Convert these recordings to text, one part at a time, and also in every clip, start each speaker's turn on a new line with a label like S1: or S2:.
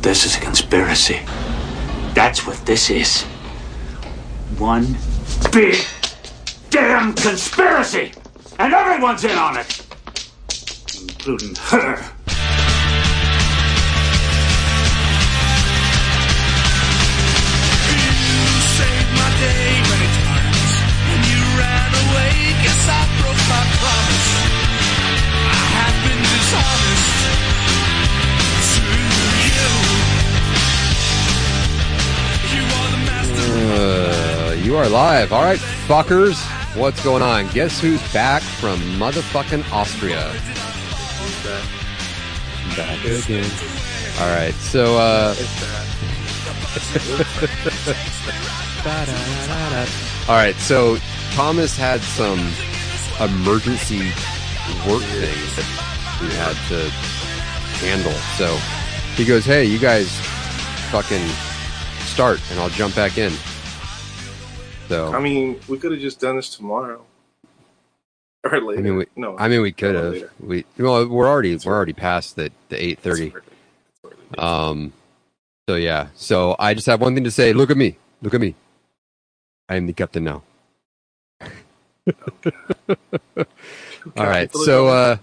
S1: This is a conspiracy. That's what this is. One big damn conspiracy! And everyone's in on it! Including her.
S2: Uh, you are live. All right, fuckers. What's going on? Guess who's back from motherfucking Austria?
S3: back again.
S2: All right, so uh, all right, so Thomas had some emergency work things that he had to handle. So he goes, "Hey, you guys, fucking start, and I'll jump back in." So
S4: I
S2: Oh.
S4: mean, we could have just done this tomorrow or later.
S2: I mean, we,
S4: no,
S2: I mean, we could
S4: no,
S2: have.
S4: later.
S2: We well, we're already we're already past the the eight
S4: That's
S2: thirty.
S4: perfect. That's perfect.
S2: Um, so yeah. So I just have one thing to say. Look at me. Look at me. I am the captain now. All right. So uh,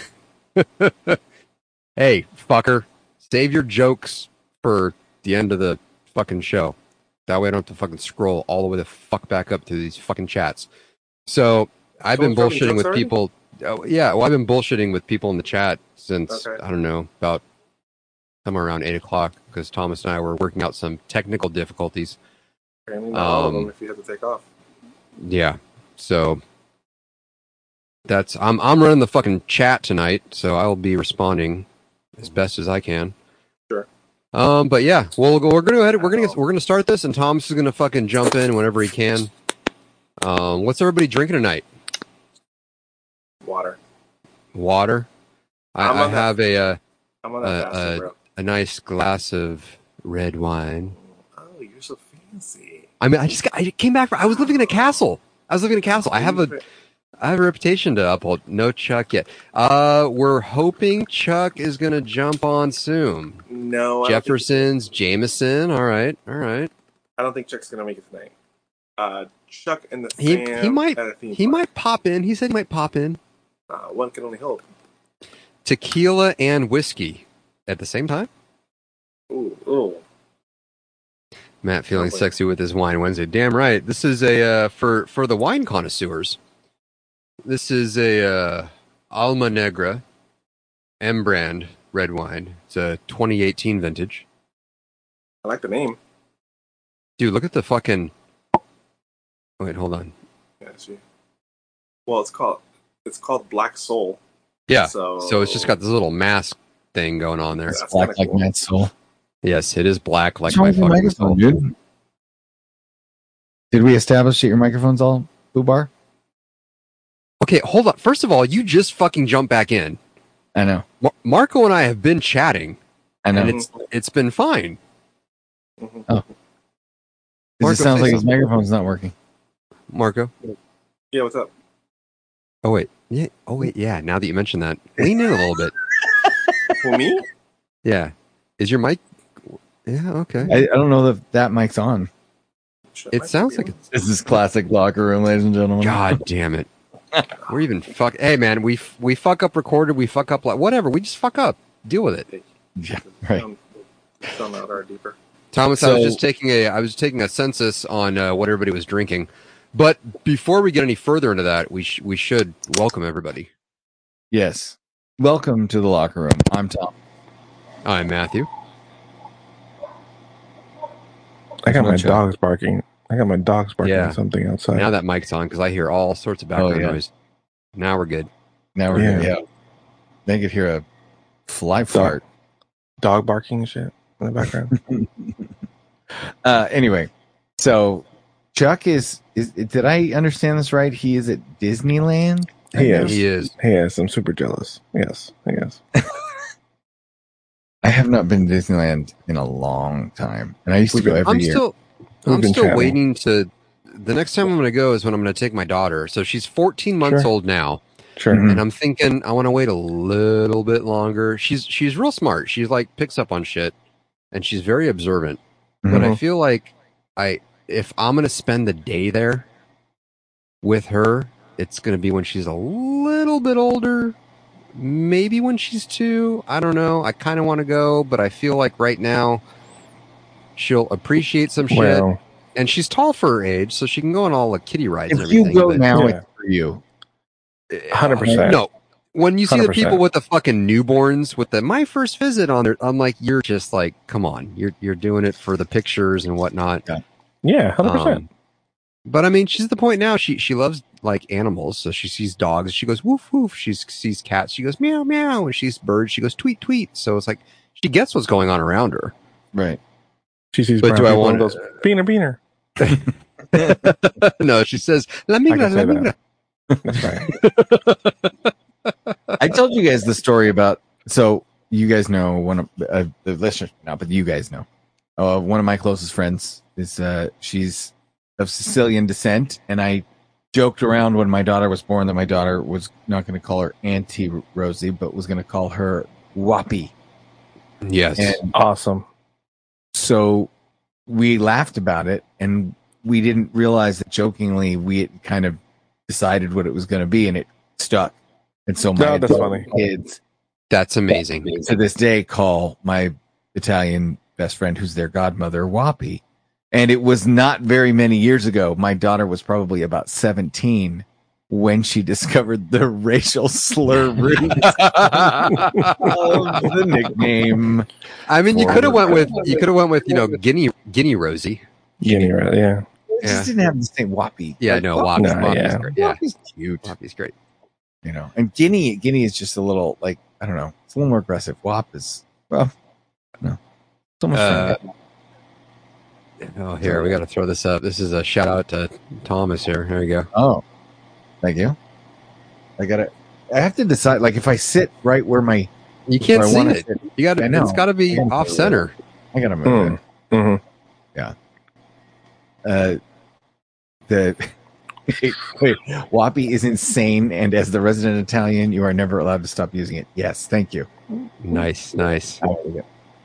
S2: hey, fucker, save your jokes for the end of the fucking show. That way, I don't have to fucking scroll all the way the fuck back up to these fucking chats. So I've been
S4: Someone found your
S2: bullshitting
S4: jokes
S2: with
S4: already?
S2: people. Oh, yeah, well, I've been bullshitting with people in the chat since
S4: Okay.
S2: I don't know about somewhere around eight o'clock because Thomas and I were working out some technical difficulties.
S4: Apparently not all of
S2: um,
S4: them if you have to take off.
S2: Yeah. So that's I'm I'm running the fucking chat tonight, so I'll be responding as best as I can.
S4: Sure.
S2: Um, but yeah, we'll go. We're gonna go ahead. We're gonna get, we're gonna start this, and Thomas is gonna fucking jump in whenever he can. Um, what's everybody drinking tonight?
S4: Water.
S2: Water. I,
S4: I'm
S2: I
S4: on that-
S2: have a uh,
S4: I'm on that
S2: Uh,
S4: faster,
S2: uh,
S4: bro.
S2: a nice glass of red wine.
S4: Oh, you're so fancy.
S2: I mean, I just got, I came back. From, I was living in a castle. I was living in a castle. I have a I have a reputation to uphold. No Chuck yet. Uh, we're hoping Chuck is gonna jump on soon.
S4: no. I don't, think,
S2: Jefferson's, Jameson. All right, all right.
S4: I don't think Chuck's gonna make it tonight. Uh, Chuck and the
S2: He-
S4: fam
S2: he might-
S4: at a theme
S2: He
S4: park.
S2: might pop in. He said he might pop in.
S4: Uh, one can only hope.
S2: Tequila and whiskey at the same time.
S4: Ooh, ooh.
S2: Matt feeling
S4: Probably.
S2: sexy with his wine Wednesday. Damn right. This is a uh, for for the wine connoisseurs. This is a uh, Alma Negra M brand red wine. It's a 2018 vintage.
S4: I like the name.
S2: Dude, look at the fucking. oh, Wait, hold on.
S4: Yeah, it's you. Well, it's called it's called Black Soul.
S2: Yeah.
S4: So
S2: So it's just got this little mask thing going on there.
S4: Yeah. That's
S3: Black
S4: kinda
S3: like
S4: cool.
S3: Matt Soul.
S2: Yes, it is black like
S3: What's wrong
S2: my
S3: with your
S2: fucking
S3: microphone,
S2: soul.
S3: dude? Did we establish that your microphone's all boobar?
S2: Okay, hold on. First of all, you just fucking jump back in.
S3: I know.
S2: Mar- Marco and I have been chatting,
S3: I know.
S2: and it's it's been fine.
S4: Mhm.
S3: It
S2: Marco,
S3: just sounds
S2: say
S3: like his
S2: something.
S3: microphone's not working.
S2: Marco.
S4: Yeah, what's up?
S2: Oh wait. Yeah. Oh wait. Yeah. Now that you mention that, lean in a little bit.
S4: For me?
S2: Yeah. Is your mic? Yeah. Okay.
S3: I, I don't know that that mic's on.
S4: Shut
S2: It
S4: my
S2: sounds like
S4: computer.
S3: This is classic locker room, ladies and gentlemen.
S2: God damn it. We're even fuck. Hey man, we f- we fuck up recorded. We fuck up like whatever. We just fuck up. Deal with it.
S3: Yeah, right.
S4: Um, some out are deeper.
S2: Thomas, I
S3: So-
S2: was just taking a I was taking a census on uh, what everybody was drinking. But before we get any further into that, we sh- we should welcome everybody.
S3: Yes. Welcome to the locker room. I'm Tom.
S2: I'm Matthew.
S5: I got
S3: No
S5: my
S3: joke.
S5: dogs barking. I got my dogs barking
S2: Yeah.
S5: at something outside.
S2: Now that mic's on because I hear all sorts of background
S3: Oh, yeah.
S2: noise. Now we're good.
S3: Now we're
S5: Yeah.
S3: yeah. They could hear a fly fart.
S5: Dog barking and shit in the background.
S3: Uh, anyway, so Chuck is is did I understand this right? He is at Disneyland.
S5: he is.
S2: He is.
S5: He is. I'm super jealous. Yes. Yes.
S3: I have not been to Disneyland in a long time, and I used to
S5: We've
S3: go
S5: been-
S3: every
S2: I'm
S3: year.
S2: still
S5: We've
S2: I'm
S5: been
S2: still
S5: chatting.
S2: waiting to. The next time I'm going to go is when I'm going to take my daughter. So she's 14 months
S5: Sure.
S2: old now,
S5: Sure.
S3: Mhm.
S2: and I'm thinking I want to wait a little bit longer. She's she's real smart. She's like picks up on shit. and she's very observant. But
S3: Mm-hmm.
S2: I feel like I if I'm gonna spend the day there with her, it's gonna be when she's a little bit older. Maybe when she's two. I don't know. I kinda wanna go, but I feel like right now she'll appreciate some shit.
S5: Well,
S2: and she's tall for her age, so she can go on all the kitty rides and
S3: If
S2: everything.
S3: you go
S2: but-
S3: now,
S5: Yeah.
S3: it's for you.
S5: hundred percent.
S2: No. When you see the
S5: 100%.
S2: people with the fucking newborns with the my first visit on there, I'm like, you're just like, come on, you're you're doing it for the pictures and whatnot.
S5: yeah, hundred percent.
S2: Um, but I mean, she's at the point now. She she loves like animals, so she sees dogs. She goes woof woof. She sees cats. She goes meow meow. And she sees birds. She goes tweet tweet. So it's like she gets what's going on around her.
S3: Right.
S5: She sees
S2: But
S5: brown
S2: do I
S5: people
S2: want
S5: and goes beener beener.
S2: no, she says la
S5: I
S2: migra
S5: can
S2: la
S5: say
S2: migra.
S5: that. That's right.
S3: I told you guys the story about. So you guys know one of uh, the listeners, not but you guys know. Uh, one of my closest friends is uh, she's of Sicilian descent, and I joked around when my daughter was born that my daughter was not going to call her Auntie Rosie, but was going to call her Whoppy.
S2: Yes.
S3: And
S5: Awesome.
S3: so we laughed about it and we didn't realize that jokingly we had kind of decided what it was going to be and it stuck and so my
S5: No, that's
S3: adult
S5: funny.
S3: kids
S2: That's amazing.
S3: to this day call my italian best friend who's their godmother wappy and it was not very many years ago my daughter was probably about 17 when she discovered the racial slur roots of the nickname
S2: I mean, you
S5: Forward.
S2: could have went with you could have went with you know Guinea Guinea Rosie.
S5: Yeah, you're right. Yeah.
S3: It just didn't have the same wappy
S2: Yeah,
S3: Like,
S2: no, Wop,
S5: no,
S2: Wop is
S5: yeah.
S2: great. Yeah,
S3: Wappy's cute
S2: Wop is great.
S3: you know. And Guinea, Guinea is just a little like I don't know, it's a little more aggressive. Wop is well, no, so much
S2: Uh,
S3: fun.
S2: Oh, here we got to throw this up. This is a shout out to Thomas. Here, here we go.
S3: Oh, thank you. I gotta. I have to decide. Like if I sit right where my
S2: You can't
S3: where I
S2: see
S3: wanna
S2: it.
S3: sit,
S2: You got to.
S3: I know.
S2: It's got to be
S3: Can't
S2: off
S3: see it.
S2: center.
S3: I gotta move.
S5: Mm.
S3: it.
S5: hmm
S3: Uh, the wait, wait, Wappy is insane, and as the resident Italian, you are never allowed to stop using it. Yes, thank you.
S2: Nice, nice.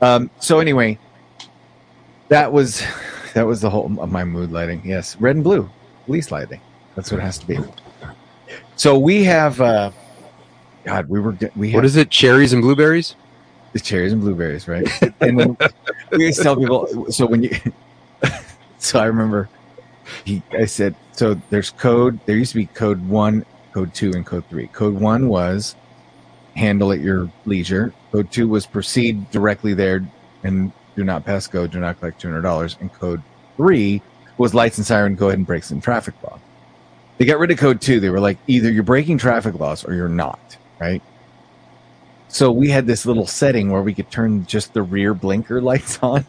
S3: Um, so anyway, that was that was the whole of my mood lighting. Yes, red and blue, lease lighting. That's what it has to be. So we have, uh, God, we were get- we
S2: What
S3: had
S2: is it? Cherries and blueberries.
S3: the cherries and blueberries, right? and then we used to tell people. So when you, so I remember, he I said so. There's code. There used to be code one, code two, and code three. Code one was handle at your leisure. Code two was proceed directly there and do not pass go. Do not collect two hundred dollars. And code three was lights and siren. Go ahead and break some traffic law. They got rid of code two. They were like, either you're breaking traffic laws or you're not, right? So we had this little setting where we could turn just the rear blinker lights on.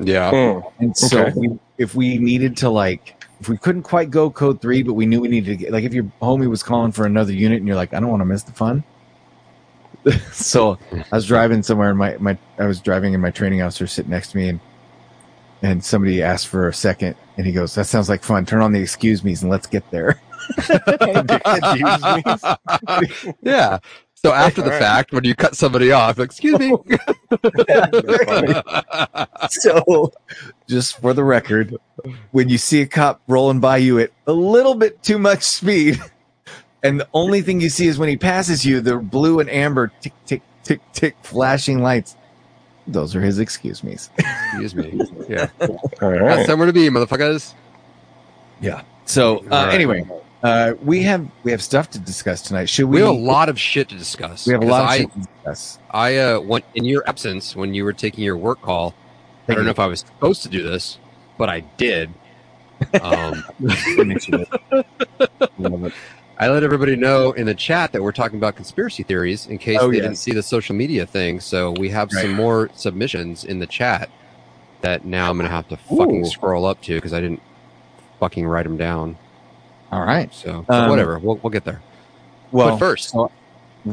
S2: Yeah.
S5: Mm.
S3: And so
S5: Okay.
S3: we, if we needed to like if we couldn't quite go code three, but we knew we needed to get like if your homie was calling for another unit and you're like, I don't want to miss the fun. so I was driving somewhere and my, my I was driving and my training officer sitting next to me and and somebody asked for a second and he goes, That sounds like fun. Turn on the excuse me's and let's get there.
S2: yeah. So after the
S5: All right.
S2: fact, when you cut somebody off, excuse me.
S3: so just for the record when you see a cop rolling by you at a little bit too much speed and the only thing you see is when he passes you the blue and amber tick tick tick tick flashing lights those are his excuse me's
S2: excuse me. Yeah.
S5: All
S2: Got
S5: right.
S2: somewhere to be, motherfuckers.
S3: so uh,
S2: Right.
S3: anyway uh, we have we have stuff to discuss tonight should
S2: We
S3: we
S2: have a lot of shit to discuss.
S3: we have a
S2: 'Cause
S3: lot of
S2: I,
S3: shit to discuss
S2: I uh, went in your absence when you were taking your work call. I don't
S3: Thank you.
S2: know if I was supposed to do this, but I did. Um,
S5: Love it.
S2: I let everybody know in the chat that we're talking about conspiracy theories in case
S3: Oh,
S2: they
S3: yeah.
S2: didn't see the social media thing. So we have
S3: Right.
S2: some more submissions in the chat that now I'm going to have to fucking
S3: Ooh.
S2: scroll up to because I didn't fucking write them down.
S3: all right
S2: So
S3: Um,
S2: whatever, we'll, we'll get there.
S3: well
S2: but first,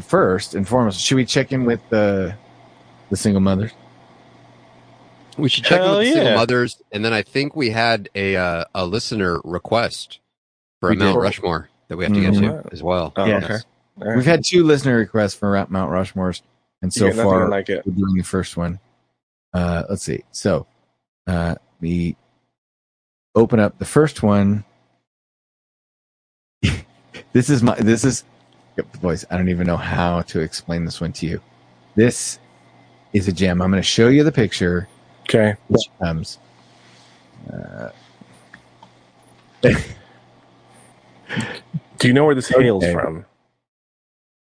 S3: first and foremost should we check in with the the single mothers
S2: we should check in
S5: hell
S2: with the
S5: yeah.
S2: single mothers, and then I think we had a uh, a listener request for a
S3: We did. Mm-hmm.
S2: Mount Rushmore that we have to get
S5: Mhm.
S2: to as well.
S5: Oh,
S3: Yes.
S5: okay. All right.
S3: We've had two listener requests for Ra- Mount Rushmore's, and
S5: You
S3: so
S5: get nothing
S3: far
S5: like it.
S3: we're doing the first one. Uh, let's see. So uh, we open up the first one. this is my. This is boys. I don't even know how to explain this one to you. This is a gem. I'm going to show you the picture
S5: Okay.
S3: which comes.
S5: Do you know where this hails
S3: Okay.
S5: from?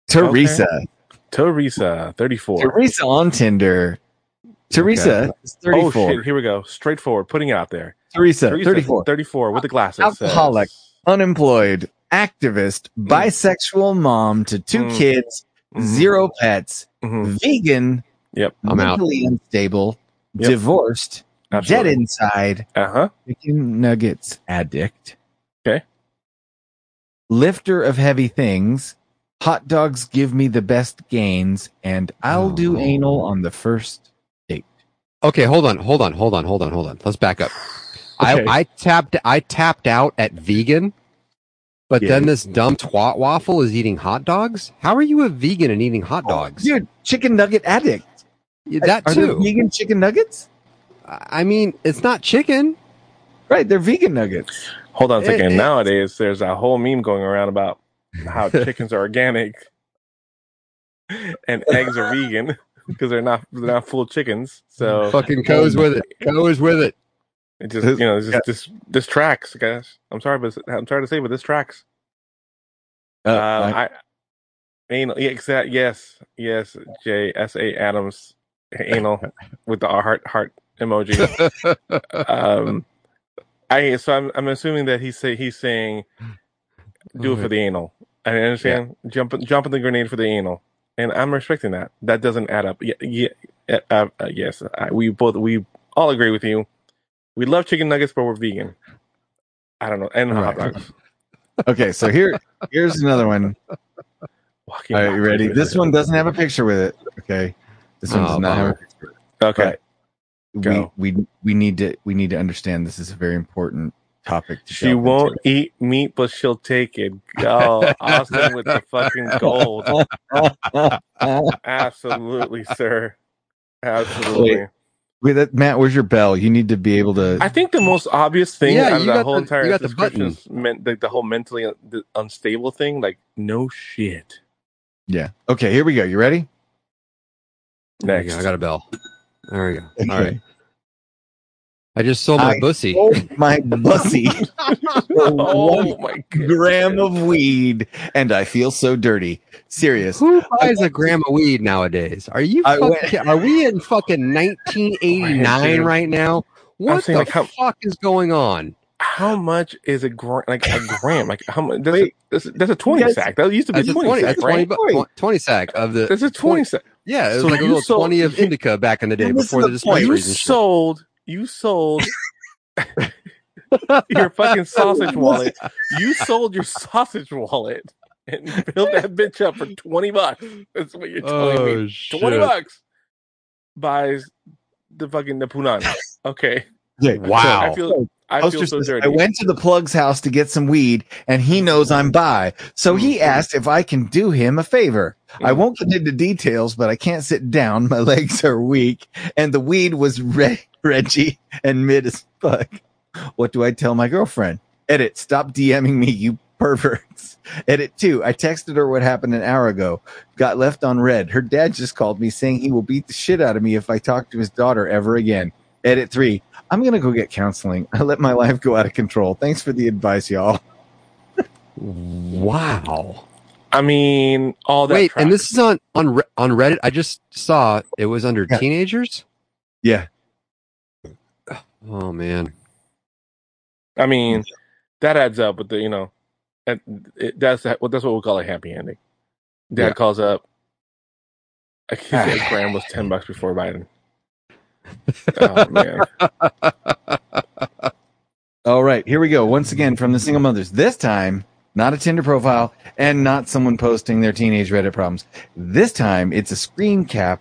S3: Teresa.
S5: Teresa, 34.
S3: Teresa on Tinder. Teresa is
S5: Oh,
S3: 34.
S5: shit. Here we go. Straightforward. Putting it out there.
S3: Teresa,
S5: Teresa,
S3: 34.
S5: 34 with the
S2: Uh,
S5: glasses. says-
S3: Alcoholic. Unemployed, activist, bisexual mom to two
S5: Mm.
S3: kids,
S5: Mhm.
S3: zero pets,
S5: Mhm.
S3: vegan,
S5: Yep.
S2: I'm out.
S3: mentally unstable,
S5: Yep.
S3: divorced,
S5: Absolutely.
S3: dead inside,
S5: Uh huh.
S3: chicken nuggets addict.
S5: Okay.
S3: Lifter of heavy things. Hot dogs give me the best gains, and I'll do
S2: Oh.
S3: anal on the first.
S2: Okay, hold on, hold on, hold on, hold on, hold on. Let's back up.
S5: Okay.
S2: I, I tapped I tapped out at vegan, but then this dumb twat waffle is eating hot dogs. How are you a vegan and eating hot dogs?
S3: Dude, chicken nugget addict.
S2: Yeah, that
S3: Oh, Are there
S2: too.
S3: vegan chicken nuggets?
S2: I mean, it's not chicken.
S3: Right, they're vegan nuggets.
S5: Hold on a second.
S2: It-
S5: Nowadays, there's a whole meme going around about how chickens are organic and eggs are vegan because they're not they're not full chickens. So
S2: Fucking
S5: Um,
S2: goes with it. Goes with it.
S5: it just you know it's just this this tracks, guys. I'm sorry, but I'm sorry to say, but this tracks.
S3: Uh,
S5: Uh,
S3: I-
S5: I anal yeah, exact yes yes J S A Adams anal with the heart heart emoji. um, I so I'm I'm assuming that he's say he's saying do it for the anal. I understand jumping jumping the grenade for the anal, and I'm respecting that. That doesn't add up. Yeah, yeah, uh, uh, yes, I, we both we all agree with you. We love chicken nuggets, but we're vegan. I don't know, and
S3: All
S5: hot
S3: right.
S5: dogs.
S3: okay, so here, here's another one.
S5: Fucking
S3: All right, you
S5: hot
S3: ready?
S5: dogs.
S3: This one doesn't have a picture with it. Okay, this one does
S2: Oh,
S3: not have a
S2: bummer.
S3: picture.
S5: okay.
S3: Right.
S5: Go.
S3: We, we we need to we need to understand this is a very important topic. To delve
S5: She
S3: into.
S5: won't eat meat, but she'll take it. Go, Austin with the fucking gold. Absolutely, sir. Absolutely.
S3: Wait, that, Matt, where's your bell? You need to be able to.
S5: I think the most obvious thing
S2: Yeah,
S5: out of
S2: you
S5: that
S2: got
S5: whole
S2: the-
S5: entire
S2: you got the
S5: description
S2: button.
S5: is meant the, the whole mentally un- the unstable thing. Like, no shit.
S3: yeah. Okay, here we go. You ready?
S2: There you
S5: Next.
S2: go, I got a bell. There we go. All right. I just sold my
S3: I-
S2: bussy.
S3: Oh my bussy!
S5: oh my god.
S3: gram of weed, and I feel so dirty. Serious.
S2: Who buys a gram of weed nowadays? Are you?
S3: I
S2: Fucking,
S3: went-
S2: ki- are we in fucking 1989
S5: dude.
S2: right now?
S5: I'm
S2: What the
S5: saying, like, how-
S2: fuck is going on?
S5: How much is a gram? Like a gram? Like how much? That's, a, that's, a, that's a twenty
S3: Yes.
S5: sack. That used to be
S2: That's a
S5: twenty,
S2: 20,
S5: sack,
S2: that's 20,
S5: right?
S2: bu- tw- 20 sack of the.
S5: That's a twenty sack.
S2: Yeah, it was
S5: So
S2: like a
S5: you
S2: little
S5: sold-
S2: 20 of indica back in the day
S3: Well, this
S2: before
S3: is
S2: the
S3: the point.
S5: You
S2: dispensaries and shit.
S5: sold. You sold. your fucking sausage wallet. You sold your sausage wallet and built that bitch up for twenty bucks. That's what you're telling me.
S2: Oh,
S5: Twenty
S2: shit.
S5: bucks buys the fucking the punan. Okay,
S3: Yeah.
S2: Wow.
S5: I feel I
S3: I, was
S5: feel
S3: just-
S5: so dirty.
S3: I went to the plug's house to get some weed, and he knows I'm by. So he
S5: Mm-hmm.
S3: asked if I can do him a favor. I
S5: Mhm.
S3: won't get into details, but I can't sit down. My legs are weak, and the weed was re- Reggie and mid as fuck. What do I tell my girlfriend? Edit, stop DMing me, you perverts. Edit two, I texted her what happened an hour ago. Got left on red. Her dad just called me saying he will beat the shit out of me if I talk to his daughter ever again. Edit three, I'm gonna go get counseling. I let my life go out of control. Thanks for the advice, y'all.
S2: Wow.
S5: I mean, all that.
S2: Wait,
S5: crap.
S2: and this is on on Re- on Reddit. I just saw it was under
S3: Yeah.
S2: teenagers.
S3: Yeah.
S2: Oh man.
S5: I mean, that adds up with the you know, that it, that's that, well, that's what we call a happy ending. Dad
S2: Yeah.
S5: calls up. I can't say Graham was ten bucks before Biden. Oh man,
S3: All right, here we go. Once again from the single mothers. This time, not a Tinder profile and not someone posting their teenage Reddit problems. This time, it's a screen cap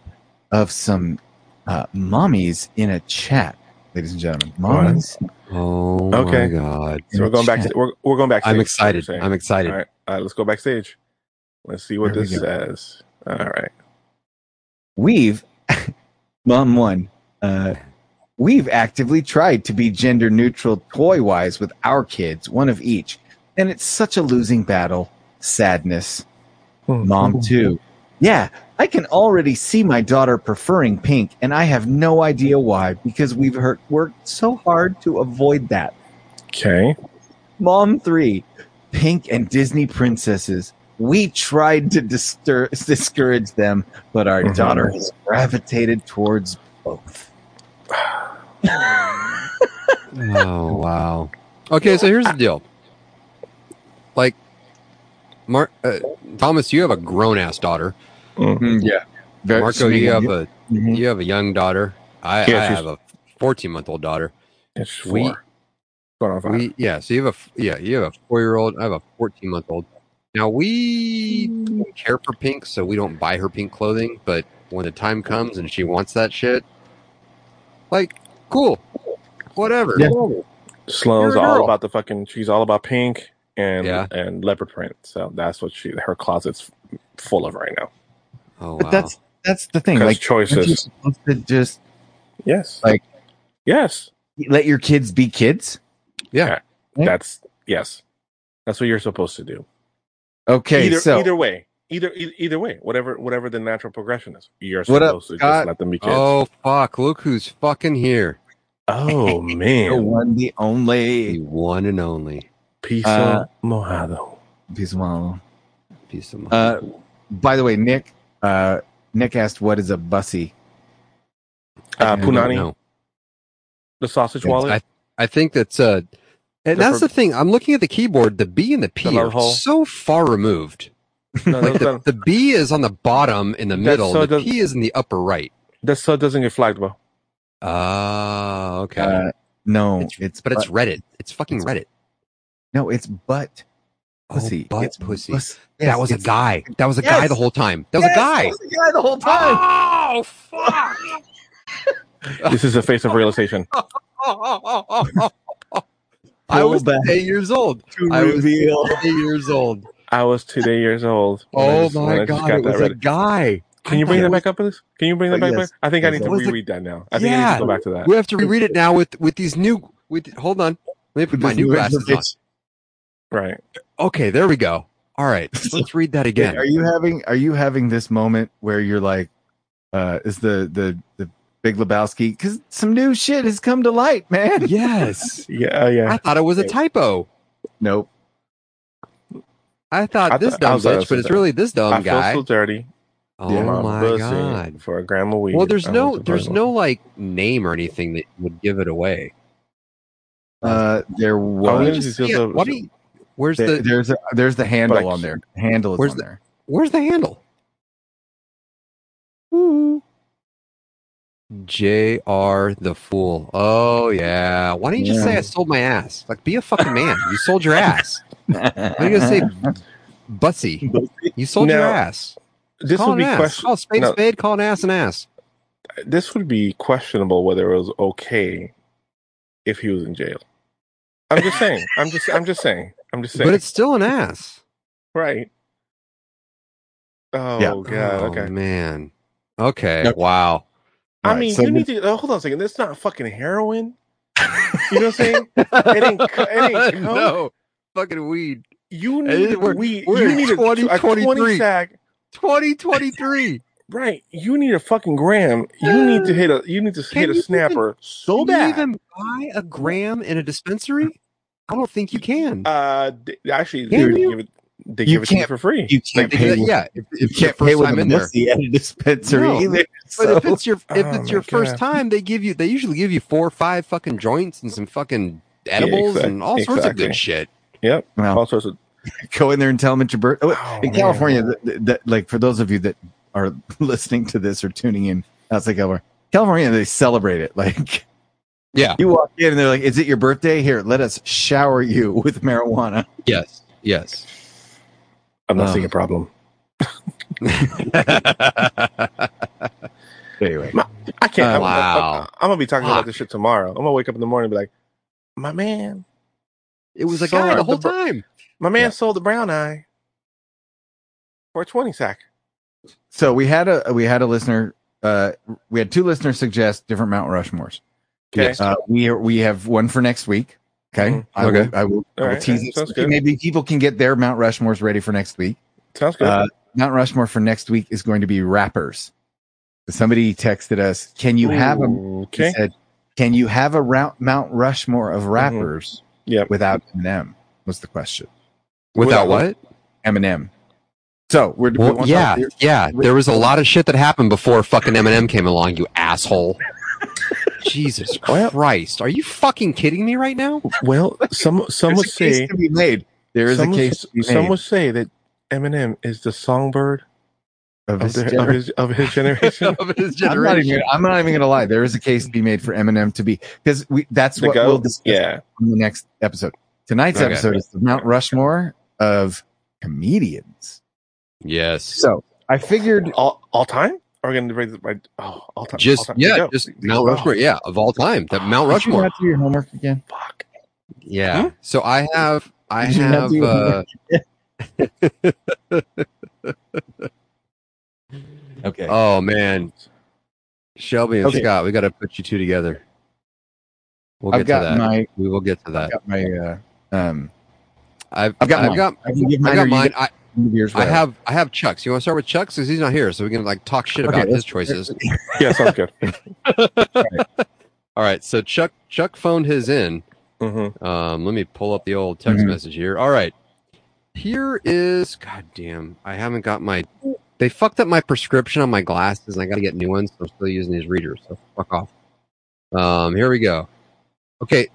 S3: of some uh, mommies in a chat, ladies and gentlemen. Mommies.
S2: Oh
S5: Okay.
S2: my god.
S5: so we're going back. To, we're we're going backstage.
S2: I'm
S5: is what you're
S2: excited.
S5: saying.
S2: I'm excited.
S5: All right, all right, let's go backstage. Let's see what
S3: Here we
S5: this
S3: go.
S5: says. All right.
S3: We've, mom one, Uh, we've actively tried to be gender neutral toy wise with our kids, one of each, and it's such a losing battle. Sadness.
S2: Hmm.
S3: Mom, too. Yeah, I can already see my daughter preferring pink, and I have no idea why because we've hurt, worked so hard to avoid that.
S5: Okay.
S3: Mom 3, pink and Disney princesses. We tried to distur- discourage them, but our
S5: Mhm.
S3: daughter has gravitated towards both.
S2: Oh wow. Okay, so here's the deal. Like, Mar- uh, Thomas, you have a grown ass daughter.
S5: Mm-hmm.
S3: yeah.
S2: Marco, you have a
S3: Mhm.
S2: you have a young daughter. I,
S5: Yeah,
S2: I
S5: she's-
S2: have a fourteen month old daughter.
S5: It's four.
S2: We-
S5: Going on five.
S2: We yeah. So you have a f- yeah. You have a four year old. I have a fourteen month old. Now we don't care for pink, so we don't buy her pink clothing. But when the time comes and she wants that shit, like cool, whatever.
S3: Yeah.
S5: Sloane's
S2: You're a
S5: all
S2: girl.
S5: about the fucking. She's all about pink and
S2: Yeah.
S5: and leopard print. So that's what she her closet's full of right now.
S2: Oh
S3: But
S2: wow.
S3: that's that's the thing.
S5: Because
S3: Like aren't you
S5: choices.
S3: supposed to just
S5: Yes.
S3: like-
S5: yes.
S3: let your kids be kids? Yeah.
S5: That's yes. That's what you're supposed to do.
S3: Okay,
S5: either
S3: so
S5: either way. Either, either either way, whatever whatever the natural progression is, you're
S2: What up,
S5: supposed to
S2: Scott?
S5: just let them be kids.
S2: oh fuck! Look who's fucking here.
S5: Oh,
S3: the
S5: man,
S3: one, the
S2: The
S3: only
S2: one and only
S5: piso
S3: Uh,
S5: mojado.
S3: piece of model.
S2: piece of mind.
S3: Uh, by the way, Nick, uh, Nick asked, "What is a bussy?"
S5: Uh,
S2: I don't
S5: punani,
S2: know.
S5: the sausage
S3: Yes,
S5: wallet.
S2: I I think that's uh, and
S5: The
S2: that's
S5: pro-
S2: the thing. I'm looking at the keyboard. The B and the P
S5: The
S2: are
S5: love hole.
S2: so far removed.
S5: no,
S2: Like
S5: no,
S2: the,
S5: no,
S2: the B is on the bottom in the
S5: That's
S2: middle.
S5: so
S2: the
S5: does-
S2: P is in the upper right.
S5: that so doesn't get flagged, bro.
S2: Ah, okay.
S3: Uh, no, it's,
S2: but it's Reddit. It's fucking
S3: it's
S2: Reddit.
S3: no, it's butt
S2: Oh,
S3: pussy.
S2: butt
S3: it's
S2: pussy.
S3: bus-
S2: that
S3: Yes,
S2: was a
S3: it's-
S2: guy. That was a guy
S3: Yes!
S2: the whole time. That was
S3: Yes,
S2: a guy.
S3: that was a guy the whole time.
S2: Oh fuck!
S5: This is the face of realization.
S2: Oh, oh, oh, oh, oh, oh. I
S3: Pull
S2: was
S3: back.
S2: eight years old.
S3: To
S2: I was
S3: reveal.
S2: eight years old.
S5: I was today years old. when I
S2: Oh
S5: just- when I
S2: my
S5: just
S2: god!
S5: got
S2: It
S5: that
S2: was a
S5: ready.
S2: guy.
S5: Can you bring that back up, please? Can you bring that
S3: Oh,
S5: back?
S3: yes.
S5: back? I think I need
S3: Yes,
S5: to
S2: it was a-
S5: reread that now. I think I need
S2: Yeah.
S5: to go back to that.
S2: We have to reread it now with with these new. With hold on, let me put
S3: With
S2: my
S3: this
S2: new
S3: new
S2: glasses on.
S3: information.
S5: Right.
S2: Okay, there we go. All right, let's read that again.
S3: Are you having Are you having this moment where you're like, uh, is the the the Big Lebowski? Because some new shit has come to light, man.
S2: Yes,
S5: Yeah. Uh, yeah.
S2: I thought it was a typo.
S3: Nope.
S2: I thought
S5: I
S2: this
S5: thought- I
S2: dumb
S5: was like,
S2: bitch, but it's really this
S5: I
S2: dumb
S5: feel
S2: guy.
S5: so dirty.
S2: oh
S3: Yeah.
S5: My
S2: my
S5: pussy
S2: god!
S5: For a gram of weed.
S2: Well, there's
S5: I
S2: no,
S5: was a
S2: there's
S5: puzzle.
S2: no like name or anything that would give it away.
S3: Uh, there
S5: Oh,
S2: Why
S5: yeah,
S2: don't
S3: was.
S2: you
S5: it's
S2: just see
S5: just
S2: it?
S5: a-
S2: Why don't you- where's
S3: there-
S2: the
S3: there's a, there's the handle
S5: But I
S3: on there.
S5: can't-
S3: Handle is
S2: Where's
S3: on
S2: the-
S3: there.
S2: where's the handle? J R the fool. Oh yeah. Why don't you just
S3: Yeah.
S2: say I sold my ass? Like, be a fucking man. You sold your ass. Why do you say bussy? You sold your
S5: Now,
S2: ass.
S5: This
S2: call
S5: would be
S2: an ass.
S5: question.
S2: Call a spade a
S5: no.
S2: spade. Call an ass an ass.
S5: This would be questionable whether it was okay if he was in jail. I'm just saying. I'm just. I'm just saying. I'm just saying.
S2: But it's still an ass.
S5: right. Oh
S3: Yeah.
S5: god.
S2: Oh,
S5: Okay.
S2: man. Okay.
S3: Okay.
S2: Wow.
S5: I
S3: Right,
S5: mean,
S3: so
S5: you need to oh, hold on a second. That's not fucking heroin. you know what I'm saying? It ain't co- it ain't coke.
S2: no. Fucking weed.
S5: You
S2: It is-
S5: need
S2: we're-
S5: we
S2: we're
S5: you
S2: in
S5: need a, a
S2: 2023.
S5: twenty sack.
S2: Twenty twenty three.
S5: Right. You need a fucking gram. You need to hit a you need to
S2: Can
S5: hit a
S2: you
S5: snapper
S2: Can
S5: so
S2: you
S5: bad.
S2: even buy a gram in a dispensary? I don't think you can.
S5: uh d- actually they
S2: Can
S5: would
S2: you?
S5: give it they
S3: You
S5: give it to you
S3: can't-
S5: for free.
S3: You can't
S2: Like,
S3: pay.
S2: because-
S3: With,
S2: yeah, if,
S3: you
S2: if
S3: can't
S2: your
S3: pay
S2: first
S3: with
S2: time
S3: a
S2: in there.
S3: pussy at a dispensary
S2: No,
S3: either.
S2: But
S3: so-
S2: if it's your if
S5: Oh
S2: it's your
S5: my
S2: first
S5: God.
S2: time, they give you they usually give you four or five fucking joints and some fucking edibles
S5: exact-
S2: and all sorts of
S5: exactly.
S2: good shit.
S5: Yep.
S3: Well,
S5: All sorts of
S3: go in there and tell them it's your birth. Oh,
S5: Oh,
S3: in
S5: man.
S3: California, th th- th- like for those of you that are listening to this or tuning in outside California, California, they celebrate it. Like
S2: Yeah.
S3: you walk in and they're like, "Is it your birthday? Here, let us shower you with marijuana."
S2: Yes. Yes.
S5: I'm not
S2: Oh.
S5: seeing a problem.
S3: Anyway,
S5: I
S3: Uh,
S5: can't. I'm, I'm-
S2: wow.
S5: I'm, I'm gonna be talking about
S2: Fuck.
S5: this shit tomorrow. I'm gonna wake up in the morning and be like, my man,
S2: it was a
S5: So
S2: guy
S5: are
S2: the whole
S5: the br-
S2: time.
S5: my man
S3: Yeah.
S5: sold the brown eye for a twenty sack.
S3: so we had a we had a listener uh, we had two listeners suggest different Mount Rushmores.
S5: Okay.
S3: Uh, we are, we have one for next week. Okay.
S5: Mhm.
S3: I
S2: Okay.
S3: Will, I will, I will
S5: All right.
S3: tease it.
S5: Sounds good.
S3: Maybe people can get their Mount Rushmores ready for next week.
S5: Sounds good.
S3: Uh, Mount Rushmore for next week is going to be rappers. Somebody texted us, "Can you have a?" he
S5: Okay. Mm-hmm.
S3: said, "Can you have a round, Mount Rushmore of rappers
S5: Yep.
S3: without Eminem?" Was the question.
S2: Without what?
S3: Eminem. So we're we
S2: Well,
S3: want-
S2: yeah, yeah. There was a lot of shit that happened before fucking Eminem came along. You asshole. Jesus Christ, are you fucking kidding me right now?
S5: Well, some some
S3: There's
S5: would
S3: a case
S5: say
S3: to be made. There is
S5: some,
S3: a
S5: would-
S3: case. To be
S5: some
S3: made
S5: would say that Eminem is the songbird
S3: of
S5: of,
S3: this
S5: their, of
S3: generation.
S5: his of his generation.
S2: Of his
S3: I'm not, even,
S2: generation.
S3: I'm not even gonna lie. There is a case to be made for Eminem to be because we that's
S5: The
S3: what
S5: goat?
S3: we'll discuss
S5: yeah.
S3: in the next episode. Tonight's
S2: Okay.
S3: episode is the Mount Rushmore of comedians.
S2: Yes.
S3: So I figured
S5: All all time? Are we gonna raise it by oh, all time? all
S2: Just
S5: time.
S2: yeah,
S5: Go.
S2: just
S5: Go.
S2: Mount Rushmore. Yeah, of all time, that Mount
S3: Did you
S2: Rushmore.
S3: not do your homework again.
S5: Fuck.
S2: Yeah. So I have I
S3: Did you not
S2: have
S3: do your
S2: uh,
S3: homework? okay.
S2: oh man. Shelby and
S3: Okay.
S2: Scott, we gotta put you two together. We'll get
S3: I've got
S2: to that.
S3: my
S2: we will get to that.
S3: I've got my uh, um
S2: I've,
S3: I've got
S2: I've
S3: mine.
S2: got
S3: I can
S2: I
S3: give mine.
S2: got
S3: or you
S2: mine.
S3: get
S2: I,
S3: yours,
S2: I
S3: whatever.
S2: have I have Chuck's. You want to start with Chuck's because he's not here, so we can like talk shit
S3: Okay,
S2: about his
S3: let's-
S2: choices.
S5: Yeah, sounds good.
S2: All right. So Chuck Chuck phoned his in.
S5: hmm
S2: Um, let me pull up the old text
S3: Mhm.
S2: message here. All right. Here is goddamn. I haven't got my. They fucked up my prescription on my glasses. And I got to get new ones. So I'm still using these readers. So fuck off. Um, here we go. Okay.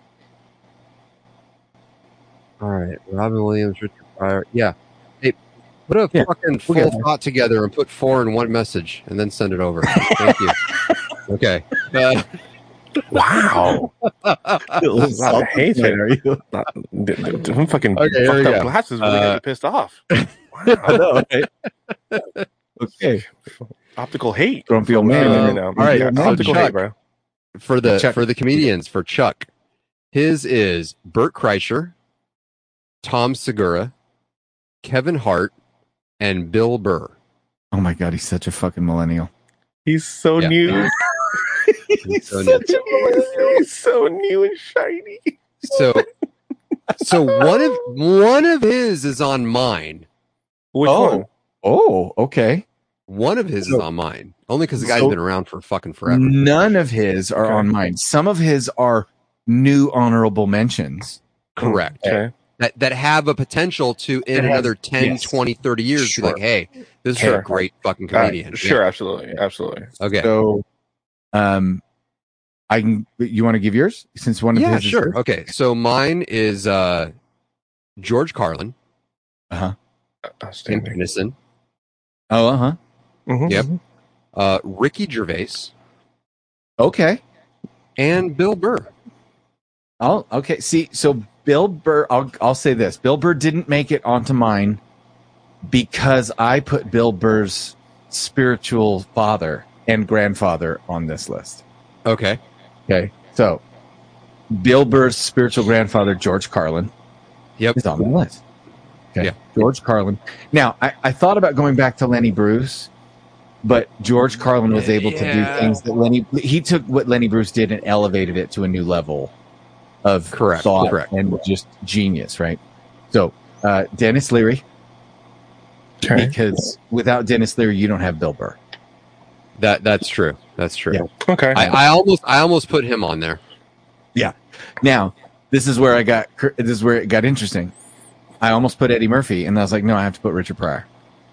S2: All right. Robin Williams, Richard Pryor. Yeah. Hey, put a
S3: Yeah,
S2: fucking
S3: we'll get
S2: full thought together and put four in one message and then send it over. Thank you. Okay. Uh,
S5: Wow. I hate it.
S3: Are you?
S5: Not- d- d- d- I'm fucking
S2: Okay, here we
S5: fucked
S2: go.
S5: up glasses really got
S2: Uh,
S5: me pissed off. Wow.
S3: Okay.
S5: Optical hate.
S3: Grumpy old man.
S2: Um,
S5: you know.
S3: all
S2: right,
S5: Yeah,
S2: so
S5: optical
S2: Chuck.
S5: hate, bro.
S2: for the
S3: Chuck.
S2: for the comedians for Chuck. His is Burt Kreischer, Tom Segura, Kevin Hart, and Bill Burr.
S3: Oh my god, he's such a fucking millennial.
S5: He's so
S2: Yeah.
S5: new.
S3: he's
S2: So-
S3: such a millennial.
S5: He's so new and shiny.
S2: So so one of one of his is on mine.
S5: Which
S3: Oh.
S5: one?
S3: Oh, okay.
S2: One of his is on mine. Only because the guy's
S3: So- Mm-hmm.
S2: been around for fucking forever.
S3: None of his are
S5: Okay.
S3: on mine. Some of his are new honorable mentions.
S2: Correct.
S5: Okay.
S2: That that have a potential to in
S3: That have-
S2: another 10,
S3: yes.
S2: 20, 30 years
S3: Sure.
S2: be like, hey, this is
S5: Sure.
S2: a great fucking
S5: All right,
S2: comedian. Yeah.
S5: Uh, Sure, absolutely. Absolutely.
S2: Okay.
S3: So, um, I can. You want to give yours since one of
S2: yeah,
S3: his is
S2: sure.
S3: yours?
S2: Okay. So mine is uh George Carlin, Tim
S5: Outstanding.
S2: Kinnison,
S3: Oh, uh huh.
S5: Mhm.
S2: Yep. uh, Ricky Gervais,
S3: Okay.
S2: and Bill Burr.
S3: Oh, okay. See, so Bill Burr. I'll I'll say this. Bill Burr didn't make it onto mine because I put Bill Burr's spiritual father and grandfather on this list.
S2: Okay.
S3: Okay. So Bill Burr's spiritual grandfather, George Carlin,
S2: Yep.
S3: is on the list. Okay.
S2: Yeah.
S3: George Carlin. Now, I, I thought about going back to Lenny Bruce, but George Carlin was able to
S2: Yeah.
S3: do things that Lenny, he took what Lenny Bruce did and elevated it to a new level of
S2: Correct,
S3: thought
S2: correct.
S3: and just genius, right? So, uh, Dennis Leary,
S5: Okay.
S3: because without Dennis Leary, you don't have Bill Burr.
S2: That that's true. That's true.
S3: Yeah.
S5: Okay.
S2: I, I almost I almost put him on there.
S3: Now, this is where I got cur- this is where it got interesting. I almost put Eddie Murphy, and I was like, no, I have to put Richard Pryor.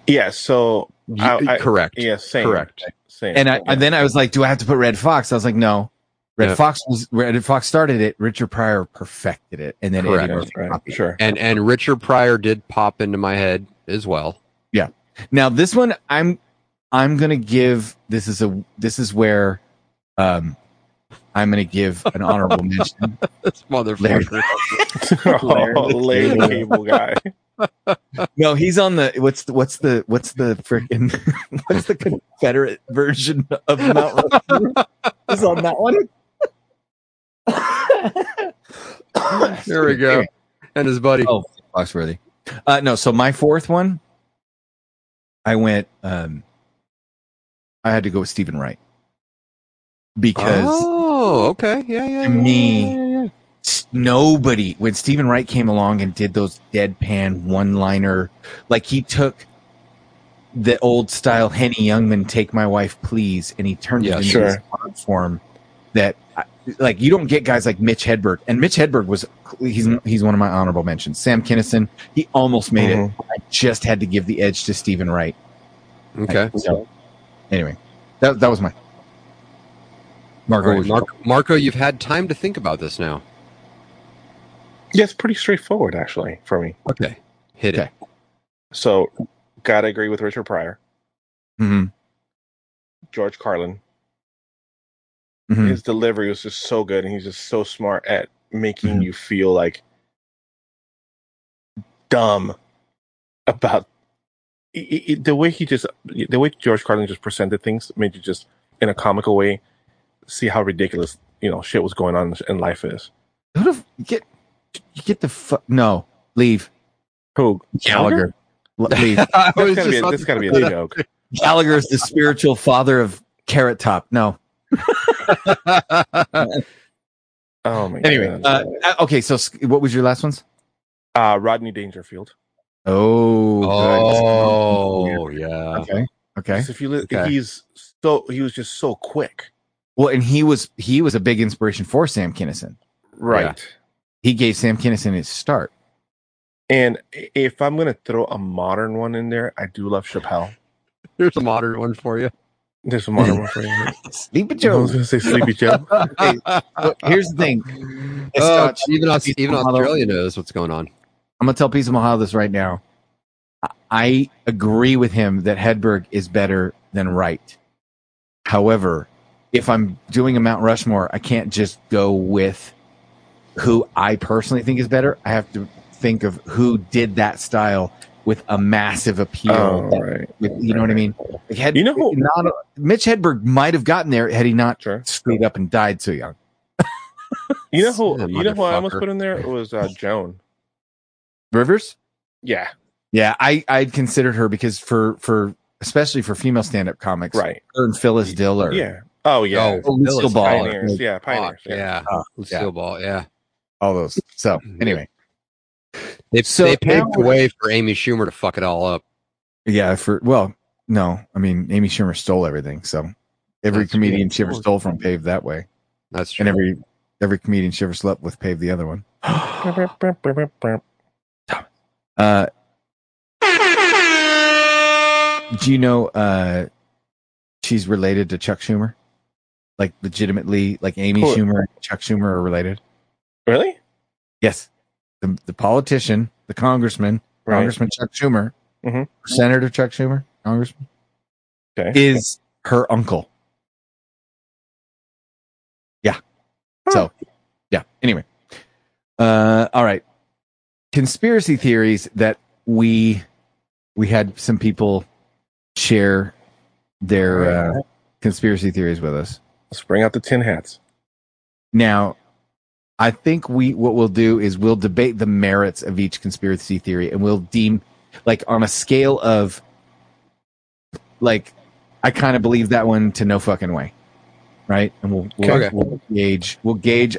S5: yeah, so I- I-
S2: correct.
S5: yeah, same.
S2: Correct.
S5: Same.
S3: And I and then I was like, do I have to put Red Fox? I was like, no. Red
S2: Yeah.
S3: Fox was Red Fox started it. Richard Pryor perfected it, and then
S2: Correct.
S3: Eddie
S5: Right,
S3: Murphy.
S5: right,
S3: copied it.
S5: Sure.
S2: And and Richard Pryor did pop into my head as well.
S3: Now this one, I'm I'm gonna give this is a this is where um I'm gonna give an honorable mention.
S2: This motherfucker.
S5: oh, lay the cable guy.
S3: No, he's on the what's the what's the what's the freaking what's the Confederate version of Mount Rushmore? He's on that one.
S2: there we go.
S3: Anyway,
S2: And his buddy.
S3: Oh, Foxworthy. Uh, no, so my fourth one, I went. um I had to go with Stephen Wright. because
S2: oh, okay, yeah, yeah.
S3: To
S2: yeah,
S3: me-
S2: yeah, yeah, yeah.
S3: s- nobody when Stephen Wright came along and did those deadpan one-liner, like he took the old style Henny Youngman "Take My Wife, Please" and he turned
S2: Yeah,
S3: it into
S5: sure.
S3: this art form that, I- like, you don't get guys like Mitch Hedberg, and Mitch Hedberg was he's he's one of my honorable mentions. Sam Kinison, he almost made it.
S2: Mm-hmm.
S3: I just had to give the edge to Stephen Wright.
S2: okay.
S3: So, anyway, that that was my. Marco,
S2: All right, Mark, Marco, you've had time to think about this now.
S5: Yeah, it's pretty straightforward actually for me.
S2: Okay, hit
S3: Okay.
S5: So, gotta agree with Richard Pryor,
S3: Mhm,
S5: George Carlin.
S3: mhm.
S5: His delivery was just so good, and he's just so smart at making
S3: Hmm.
S5: you feel like dumb about i i i- the way he just the way George Carlin just presented things made you just in a comical way see how ridiculous you know shit was going on in life is.
S3: Who the f- get you get the fuck no leave
S5: Who
S3: Gallagher. L- leave.
S2: it. I
S5: That's
S2: was
S5: gotta be
S2: just
S5: a,
S2: about
S5: that's
S2: to-
S5: gotta be a joke.
S3: Gallagher is the spiritual father of Carrot Top. No.
S5: Oh my
S3: Anyway,
S5: god.
S3: uh, uh, okay. So s- what was your last ones?
S5: uh, Rodney Dangerfield.
S3: Oh.
S2: oh, yeah.
S3: Okay. Okay.
S5: So if you li-
S2: Okay.
S5: he's so he was just so quick.
S3: Well, and he was he was a big inspiration for Sam Kinison. He gave Sam Kinison his start.
S5: And i- if I'm gonna throw a modern one in there, I do love Chappelle.
S2: There's a modern one for you.
S5: There's a modern one for you.
S3: Sleepy
S5: I
S3: Joe.
S5: was gonna say Sleepy Joe.
S3: Here's the thing.
S2: Oh,
S3: Scotch.
S2: uh, even Aus-
S3: He's
S2: even
S3: a model.
S2: Australia knows what's going on.
S3: I'm gonna tell Pizza Mahal this right now. I- I agree with him that Hedberg is better than Wright. However, if I'm doing a Mount Rushmore, I can't just go with who I personally think is better. I have to think of who did that style with a massive appeal.
S5: Oh, right.
S3: with, you know what I mean? Like, Hed-
S5: You know who-
S3: not, Mitch Hedberg might have gotten there had he not
S5: Sure.
S3: screwed up and died so young.
S5: You know who?
S2: Yeah,
S5: You know who I almost
S2: motherfucker.
S5: put in there It was uh, Joan.
S3: Rivers?
S5: Yeah.
S3: Yeah, I I'd considered her because for for especially for female stand up comics,
S5: Right.
S3: Her and Phyllis Diller,
S5: Yeah. Oh yeah.
S3: Oh, Lucille
S2: Phyllis
S3: Ball.
S2: Pioneer.
S5: Pioneers. Yeah. Pioneers.
S2: Fuck,
S5: Yeah.
S2: yeah.
S3: Oh,
S2: Ah, Lucille
S3: yeah.
S2: Ball. Yeah.
S3: all those. So
S5: Mm-hmm.
S3: anyway,
S2: They,
S3: So
S2: they paved
S3: now-
S2: the way for Amy Schumer to fuck it all up.
S3: yeah, for well, no, I mean Amy Schumer stole everything, so every
S2: That's
S3: comedian
S2: true.
S3: she ever stole from paved that way,
S2: That's true.
S3: and every every comedian she ever slept with paved the other one. Uh, do you know uh, she's related to Chuck Schumer? Like legitimately, like Amy
S5: Who-
S3: Schumer and Chuck Schumer are related.
S5: Really?
S3: Yes. The, the politician, the congressman,
S5: Right.
S3: Congressman Chuck Schumer,
S5: Mhm.
S3: Senator Chuck Schumer, Congressman,
S5: Okay.
S3: is her uncle. Yeah. So, yeah. Anyway. Uh, all right. Conspiracy theories that we we had some people share their uh, conspiracy theories with us.
S5: Let's bring out the tin hats.
S3: Now, I think we what we'll do is we'll debate the merits of each conspiracy theory and we'll deem like on a scale of like I kind of believe that one to no fucking way. Right? And we'll we'll,
S2: Okay.
S3: we'll gauge we'll gauge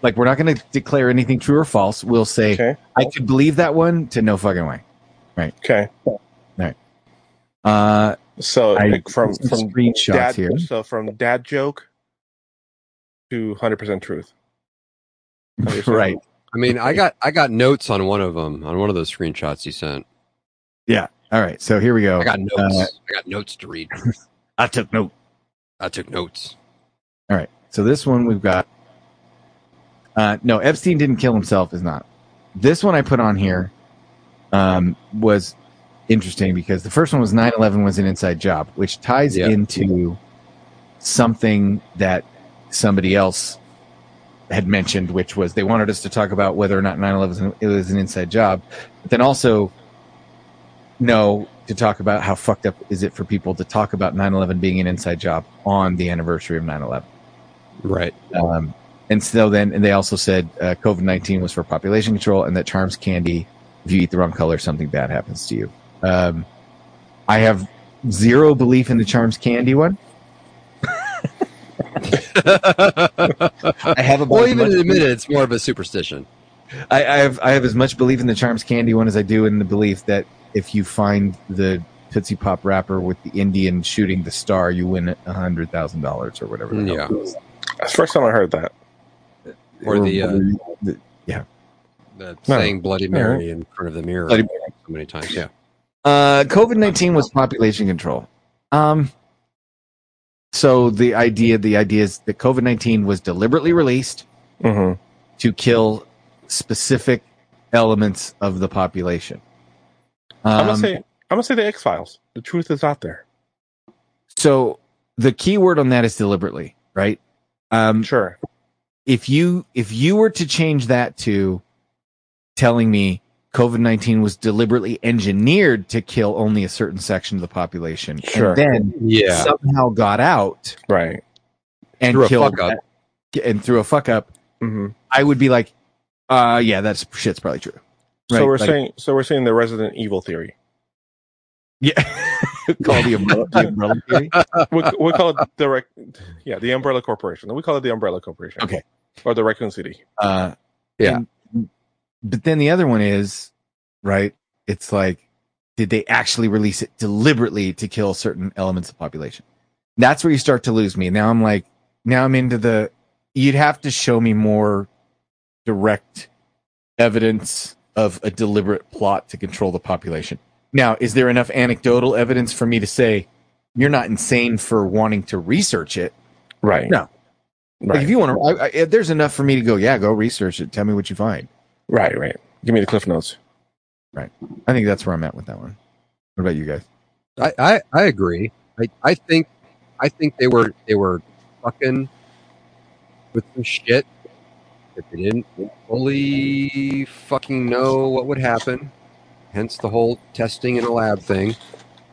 S3: like we're not going to declare anything true or false. We'll say
S5: Okay.
S3: I could believe that one to no fucking way.
S5: Okay.
S3: Uh
S5: So
S3: I-
S5: like, from
S3: some
S5: from
S3: screenshots
S5: dad,
S3: here.
S5: So from dad joke to hundred percent truth.
S3: right.
S2: I mean, I got I got notes on one of them on one of those screenshots you sent.
S3: All right. So here we go.
S2: I got notes.
S3: Uh,
S2: I got notes to read.
S3: I took note.
S2: I took notes.
S3: All right. So this one we've got. Uh, no, Epstein didn't kill himself. Is not. This one I put on here um, was interesting because the first one was 9/11 was an inside job, which ties
S2: Yeah.
S3: into something that somebody else had mentioned, which was they wanted us to talk about whether or not 9/11 was an, it was an inside job, but then also no to talk about how fucked up is it for people to talk about 9/11 being an inside job on the anniversary of 9/11.
S2: Right.
S3: Um, and so then, and they also said uh, COVID 19 was for population control and that charms candy. If you eat the wrong color, something bad happens to you. Um, I have zero belief in the charms candy one. I have about
S2: well,
S3: as
S2: even
S3: much
S2: admit it, it's more of a superstition.
S3: I, I have I have as much belief in the Charms candy one as I do in the belief that if you find the Tootsie Pop wrapper with the Indian shooting the star, you win a hundred thousand dollars or whatever. the hell
S2: Yeah.
S3: it was.
S5: That's the first time I heard that.
S2: Or the, uh,
S3: the-
S2: The
S5: No.
S2: saying Bloody Mary in front of the mirror
S3: Bloody
S2: so many times. Yeah.
S3: uh, COVID nineteen was population control. Um, so the idea the idea is that COVID nineteen was deliberately released
S5: hmm
S3: to kill specific elements of the population.
S5: I'm
S3: Um,
S5: gonna say I'm gonna say the X Files. The truth is out there.
S3: So the key word on that is deliberately, right? Um,
S5: Sure.
S3: if you if you were to change that to telling me COVID nineteen was deliberately engineered to kill only a certain section of the population,
S5: Sure.
S3: and then
S2: Yeah.
S3: somehow got out
S5: Right.
S3: and
S2: Through a
S3: killed
S2: fuck up.
S3: and through a fuck up,
S5: hmm
S3: I would be like, uh, yeah, that's shit's probably true. Right,
S5: So we're
S3: like-
S5: saying so we're saying the Resident Evil theory.
S3: Yeah, call the umbrella, the umbrella theory.
S5: We, we call it the rec- yeah the Umbrella Corporation. We call it the Umbrella Corporation.
S3: Okay.
S5: Or the Raccoon City.
S3: Uh,
S2: Yeah.
S3: and- but then the other one is, right? It's like, did they actually release it deliberately to kill certain elements of the population? That's where you start to lose me. Now I'm like, now I'm into the, you'd have to show me more direct evidence of a deliberate plot to control the population. Now, is there enough anecdotal evidence for me to say you're not insane for wanting to research it?
S5: Right.
S3: No.
S5: Right.
S3: Like if you want to, I, I, there's enough for me to go. Yeah, go research it. Tell me what you find.
S5: right. Right. Give me the cliff notes.
S3: I think that's where I'm at with that one. What about you guys?
S2: I, I, I agree. I, I think I think they were they were fucking with some shit that they didn't fully fucking know what would happen. Hence the whole testing in a lab thing.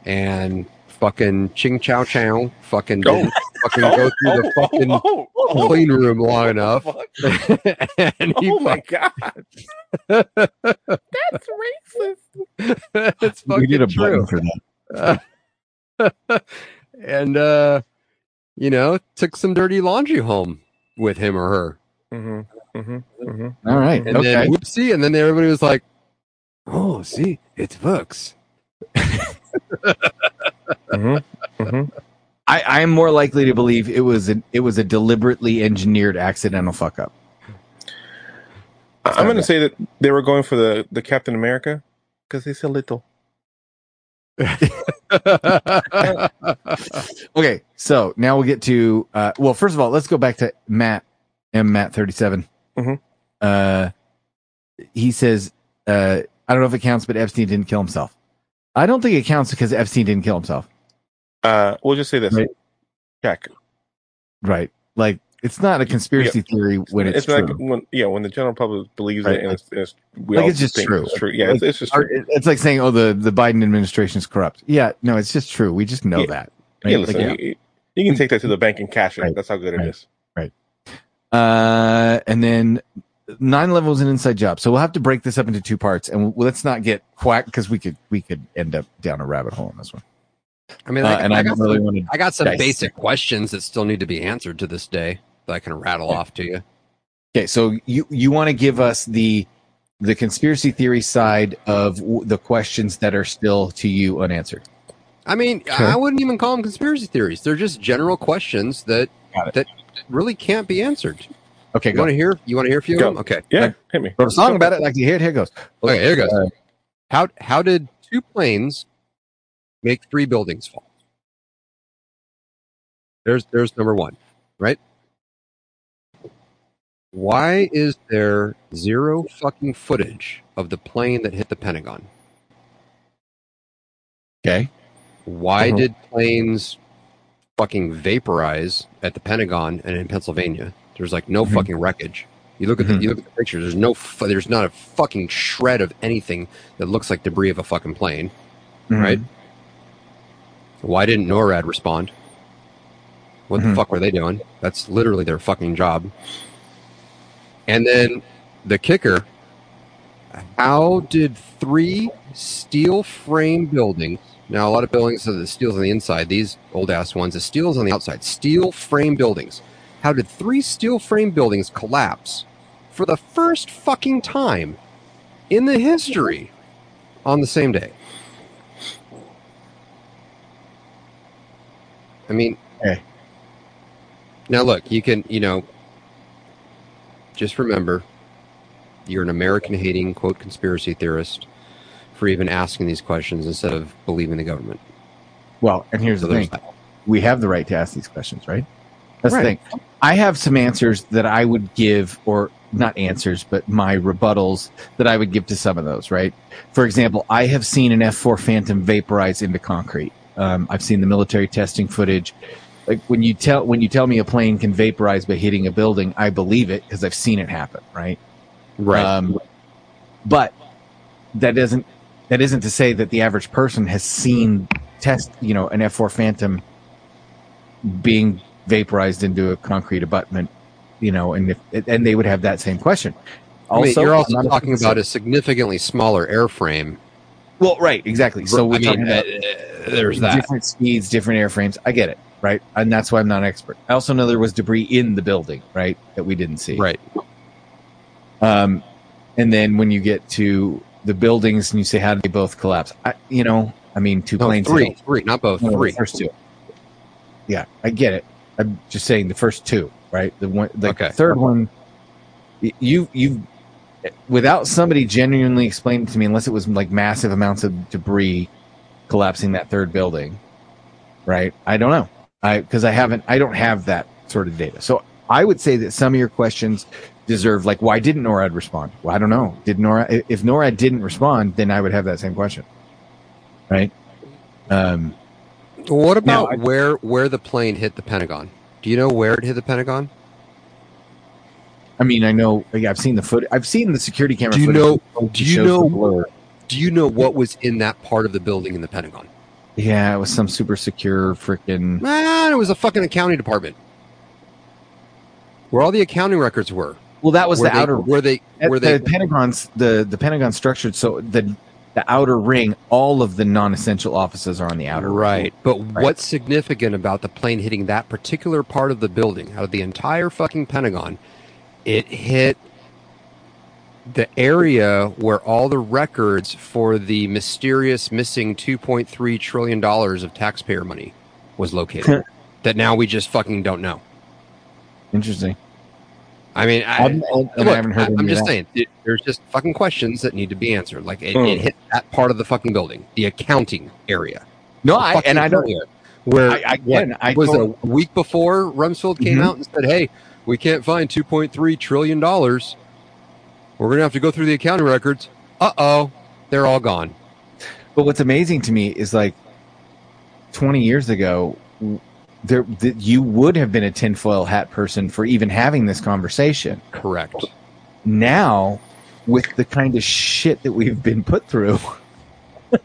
S2: And fucking ching chow chow fucking
S5: Oh.
S2: didn't fucking go through the fucking
S5: oh, oh,
S2: clean room long enough.
S5: fuck.
S2: and he
S5: Oh my
S2: fuck,
S5: god. That's racist.
S2: it's fucking true.
S3: for that.
S2: and uh you know took some dirty laundry home with him or her
S5: hmm hmm hmm
S3: All right.
S2: and
S3: okay.
S2: then whoopsie and then everybody was like oh see it works
S5: Mm-hmm. hmm
S3: I, I'm more likely to believe it was a, it was a deliberately engineered accidental fuck up.
S5: I'm going to say that they were going for the, the Captain America because he's a little.
S3: Okay. So now we'll get to uh, well, first of all, let's go back to Matt M Matt thirty
S5: Mhm.
S3: Uh, he says, uh, I don't know if it counts, but Epstein didn't kill himself. I don't think it counts because Epstein didn't kill himself.
S5: Uh, we'll just say this.
S3: Right.
S5: Check.
S3: Right. Like it's not a conspiracy theory when it's, true.
S5: like when, yeah, when the general public believes
S3: Right,
S5: it and
S3: like-
S5: it's, it's, we
S3: like
S5: all
S3: it's just
S5: think
S3: true.
S5: It's true. Yeah, it's, it's just
S3: Or
S5: true.
S3: it- it's like saying, "Oh, the the Biden administration is corrupt." Yeah, no, it's just true. We just know
S5: Yeah.
S3: that.
S5: yeah,
S3: Like,
S5: listen, You, you can take that to the bank and cash it.
S3: Right,
S5: That's how good
S3: right.
S5: it is.
S3: Uh, and then 9-11 was an inside job, so we'll have to break this up into two parts, and we'll, let's not get quack because we could we could end up down a rabbit hole on this one.
S2: i mean
S3: Uh,
S2: I,
S3: and
S2: I,
S3: I
S2: got
S3: don't
S2: some,
S3: really want to.
S2: I got some
S3: Nice.
S2: basic questions that still need to be answered to this day that i can rattle off to you
S3: Okay, so you you want to give us the the conspiracy theory side of w- the questions that are still to you unanswered.
S2: i mean i wouldn't even call them conspiracy theories they're just general questions that
S3: Got it.
S2: that really can't be answered
S3: Okay,
S2: you
S3: go.
S2: want to hear you want to hear a few
S5: Go.
S2: of them okay
S5: Yeah,
S3: Like-
S5: hit me.
S3: Wrote a song about it. Like here, here it goes.
S2: Okay, here goes. How how did two planes make three buildings fall? There's there's number one, right? Why is there zero fucking footage of the plane that hit the Pentagon?
S3: Okay,
S2: Why
S5: Mhm.
S2: did planes fucking vaporize at the Pentagon and in Pennsylvania? There's like no
S3: Mhm.
S2: fucking wreckage. You look at the
S3: Mhm.
S2: you look at the pictures. There's no fu- there's not a fucking shred of anything that looks like debris of a fucking plane. Right. Why didn't NORAD respond? What
S3: Mhm.
S2: the fuck were they doing? That's literally their fucking job. And then the kicker how did three steel frame buildings, now a lot of buildings have the steel's on the inside, these old ass ones, the steel's on the outside, steel frame buildings how did three steel frame buildings collapse for the first fucking time in the history on the same day? I mean,
S3: Okay.
S2: now look, you can, you know, just remember you're an American hating, quote, conspiracy theorist for even asking these questions instead of believing the government.
S3: Well, and here's
S2: So
S3: the
S2: there's
S3: thing:
S2: that.
S3: we have the right to ask these questions, right? That's
S2: Right.
S3: the thing. I have some answers that I would give, or not answers, but my rebuttals that I would give to some of those, right? For example, I have seen an F4 Phantom vaporize into concrete. Um, I've seen the military testing footage. Like when you tell when you tell me a plane can vaporize by hitting a building, I believe it because I've seen it happen, right?
S2: Right.
S3: Um, but that doesn't that isn't to say that the average person has seen test you know an F4 Phantom being vaporized into a concrete abutment, you know, and if and they would have that same question.
S2: I mean, you're also
S3: I'm not-
S2: talking about a significantly smaller airframe.
S3: well, right, exactly. So we're
S2: I mean,
S3: talking about
S2: uh, uh, there's that.
S3: different speeds, different airframes. I get it, right, and that's why I'm not an expert. I also know there was debris in the building, right, that we didn't see,
S2: Right.
S3: Um, and then when you get to the buildings and you say, how did they both collapse? I, you know, I mean, two
S2: No,
S3: planes.
S2: Oh, three. Three, not both.
S3: No, the
S2: three.
S3: first two. Yeah, I get it. I'm just saying the first two, right? The one, the
S2: Okay.
S3: third one. y- You you, without somebody genuinely explaining to me, unless it was like massive amounts of debris collapsing that third building, right? I don't know. I because I haven't. I don't have that sort of data. So I would say that some of your questions deserve like, why didn't NORAD respond? Well, I don't know. Did NORAD? i- If NORAD didn't respond, then I would have that same question, right? Um.
S2: What
S3: Now,
S2: about where where the plane hit the Pentagon? Do you know where it hit the Pentagon?
S3: I mean, I know yeah, I've seen the foot. I've seen the security camera.
S2: Do you
S3: footage.
S2: know-
S3: It
S2: do you
S3: shows
S2: know-
S3: the blur.
S2: Do you know what was in that part of the building in the Pentagon?
S3: Yeah, it was some super secure freaking.
S2: Man, it was a fucking accounting department. Where all the accounting records were.
S3: Well, that was
S2: where
S3: the
S2: they,
S3: outer.
S2: where they
S3: at
S2: where they
S3: the Pentagon's the the Pentagon structured so the the outer ring. All of the non-essential offices are on the outer.
S2: Right. But
S3: Right.
S2: what's significant about the plane hitting that particular part of the building out of the entire fucking Pentagon? It hit the area where all the records for the mysterious missing 2.3 trillion dollars of taxpayer money was located that now we just fucking don't know.
S3: Ring. Interesting.
S2: I mean, I,
S3: I'm- I'm- I
S2: look,
S3: haven't heard
S2: I-
S3: any
S2: I'm
S3: of
S2: just
S3: that.
S2: saying, it, there's just fucking questions that need to be answered. Like it,
S5: Hmm.
S2: it hit that part of the fucking building, the accounting area.
S3: No,
S2: The
S3: I,
S2: fucking
S3: and I don't.
S2: area Where
S3: I, I, again, I
S2: was it
S3: don't-
S2: a week before Rumsfeld came
S5: Mm-hmm.
S3: Mhm.
S2: out and said, "Hey, we can't find 2.3 trillion dollars. We're gonna have to go through the accounting records. Uh oh, they're all gone.
S3: But what's amazing to me is like 20 years ago, w- there th- you would have been a tinfoil hat person for even having this conversation.
S2: Correct.
S3: Now, with the kind of shit that we've been put through,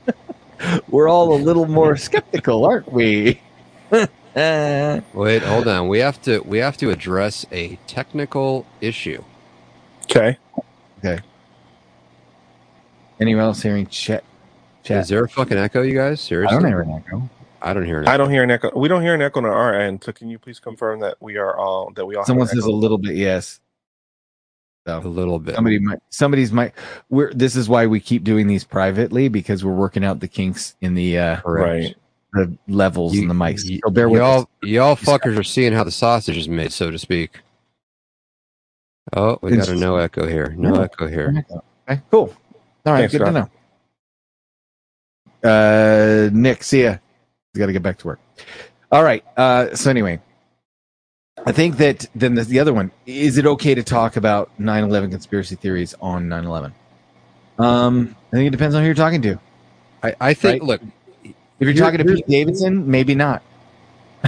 S3: we're all a little more skeptical, aren't we? Uh,
S2: Wait, hold on. We have to we have to address a technical issue.
S5: Okay.
S3: anyone else hearing chat?
S2: Is
S3: chat?
S2: there a fucking echo, you guys?
S3: I
S2: Seriously,
S3: don't hear an echo.
S2: I don't hear an
S5: I don't hear an echo. We don't hear an echo on our end. So can you please confirm that we are all that we all? have
S3: Someone
S5: an echo?
S3: says a little bit yes. So.
S2: echo. A little bit.
S3: somebody might somebody's might we're this is why we keep doing these privately because we're working out the kinks in the uh
S5: right.
S3: the levels and the mics
S2: y-
S3: so bear with
S2: y'all,
S3: us
S2: y'all fuckers are seeing how the sausage is made, so to speak. Oh, we got a no echo here. No
S3: No.
S2: echo here.
S3: okay cool all right
S5: Thanks,
S3: good
S5: Scott.
S3: to know uh nick see ya he's got to get back to work all right uh so anyway i think that then there's the other one is it okay to talk about 9-11 conspiracy theories on 9-11 um i think it depends on who you're talking to
S2: I, I think. Look,
S3: if you're
S2: Here-
S3: talking to
S2: here's-
S3: pete davidson maybe not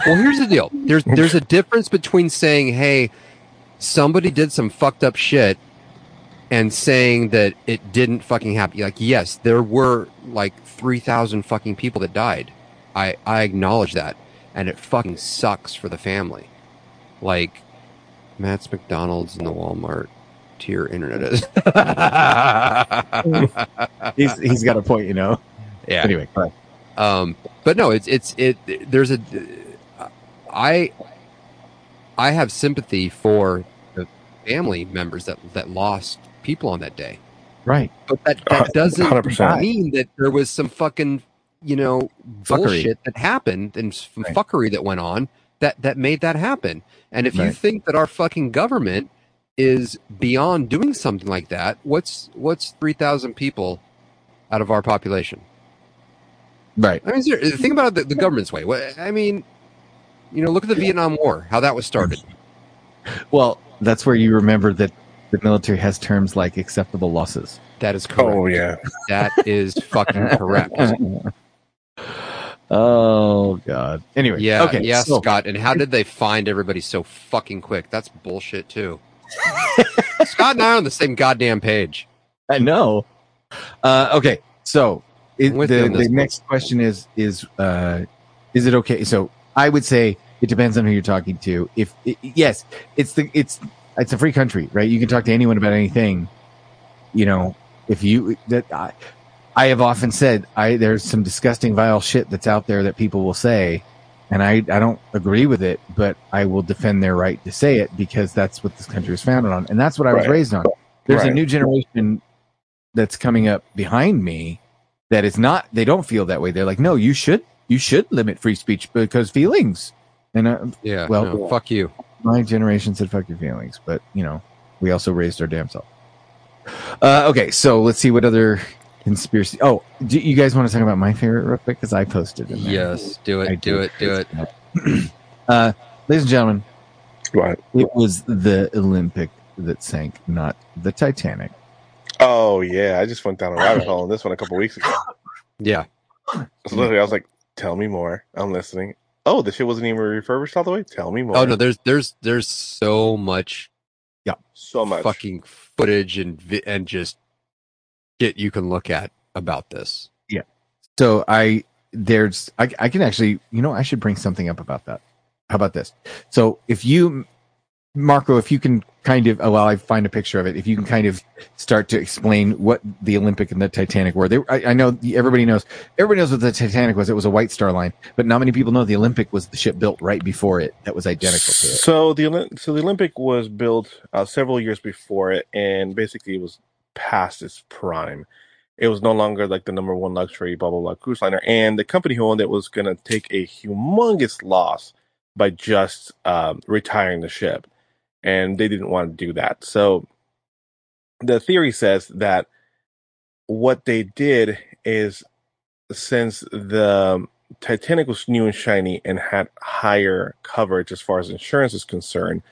S2: well, here's the deal. There's there's a difference between saying, "Hey, somebody did some fucked up shit," and saying that it didn't fucking happen. Like, yes, there were like three thousand fucking people that died. I I acknowledge that, and it fucking sucks for the family. Like, Matt's McDonald's in the Walmart to your internet is.
S3: he's, he's got a point you know
S2: yeah.
S3: Anyway, go ahead.
S2: Um, but no, it's it's it. There's a. I I have sympathy for the family members that that lost people on that day.
S3: Right.
S2: But that,
S5: Uh,
S2: that doesn't
S5: 100%.
S2: mean that there was some fucking, you know,
S3: Fuckery.
S2: bullshit that happened and some
S3: Right.
S2: fuckery that went on that, that made that happen. And if you
S3: Right.
S2: think that our fucking government is beyond doing something like that, what's what's 3,000 people out of our population?
S3: Right.
S2: I mean, ser- think about the, the government's way. What- I mean, you know, look at the Vietnam War, how that was started.
S3: Well, that's where you remember that the military has terms like acceptable losses.
S2: That is correct.
S5: Oh yeah.
S2: That is fucking correct.
S3: Oh God. Anyway.
S2: Yeah.
S3: Okay.
S2: yeah,
S3: so-
S2: Scott. And how did they find everybody so fucking quick? That's bullshit too. Scott and I are on the same goddamn page.
S3: I know. Uh, okay, so it,
S2: I'm with you
S3: the,
S2: on this
S3: the
S2: one.
S3: next question is is uh, is it okay? So I would say it depends on who you're talking to. If i yes, it's the it's it's a free country, right? You can talk to anyone about anything. You know, if you that I, I have often said, I there's some disgusting vile shit that's out there that people will say, and I I don't agree with it, but I will defend their right to say it because that's what this country was founded on, and that's what I was
S5: Right.
S3: raised on. There's a
S5: Right.
S3: new generation that's coming up behind me that is not they don't feel that way they're like no you should you should limit free speech because feelings and uh,
S2: Yeah.
S3: Well-
S2: no, fuck you.
S3: my generation said fuck your feelings but you know we also raised our damn self uh, okay so let's see what other conspiracy oh do you guys want to talk about my favorite real quick because i posted it
S2: Yes. Do it.
S3: I
S2: do
S3: do.
S2: it. Do it.
S3: uh, ladies and gentlemen
S5: Right.
S3: it was the olympic that sank not the titanic
S5: Oh yeah. I just went down a rabbit hole on this one a couple weeks ago.
S2: Yeah.
S5: So literally, I was like, "Tell me more. I'm listening." Oh, the shit wasn't even refurbished all the way. Tell me more.
S2: Oh no. There's there's there's so much,
S5: so much.
S2: fucking footage and vi- and just shit you can look at about this.
S3: So I there's I, I can actually you know I should bring something up about that. How about this? So if you Marco, if you can kind of oh, well, I find a picture of it. If you can kind of start to explain what the Olympic and the Titanic were, they, I, I know everybody knows everybody knows what the Titanic was. It was a white star line, but not many people know the Olympic was the ship built right before it that was identical to it.
S5: So the Olymp- so the Olympic was built uh, several years before it, and basically it was past its prime. It was no longer like the number one luxury blah blah blah cruise liner, and the company who owned it was going to take a humongous loss by just um, retiring the ship, and they didn't want to do that. So the theory says that what they did is since the Titanic was new and shiny and had higher coverage as far as insurance is concerned,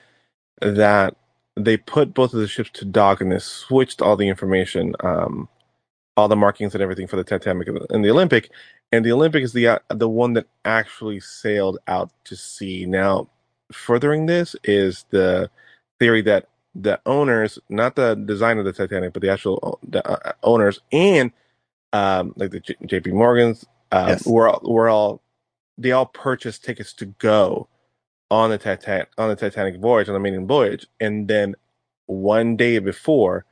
S5: that they put both of the ships to dock and they switched all the information, um, all the markings and everything for the Titanic and the- and the Olympic. And the Olympic is the uh, the one that actually sailed out to sea. Now, furthering this is the theory that the owners, not the design of the Titanic, but the actual o- the, uh, owners and um, like the J- J.P. Morgan's um,
S3: Yes.
S5: we're all, we're all they all purchased tickets to go on the Titanic on the Titanic voyage on the maiden voyage, and then one day before,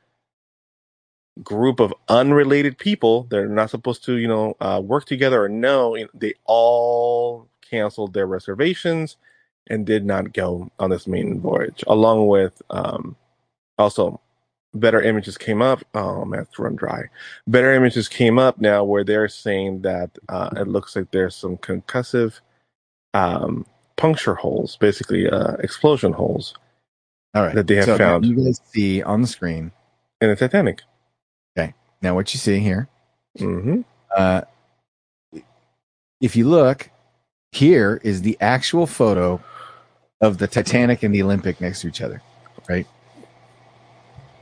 S5: group of unrelated people they're not supposed to you know uh, work together or know you know, they all canceled their reservations and did not go on this maiden voyage, along with um, also. Better images came up. Oh man, it's run dry better images came up now where they're saying that uh, it looks like there's some concussive um, puncture holes, basically uh, explosion holes
S3: All right,
S5: That they have
S3: so
S5: found.
S3: You guys see on the screen
S5: in the Titanic.
S3: now what you see here.
S5: hmm
S3: Uh, if you look, here is the actual photo of the Titanic and the Olympic next to each other, right?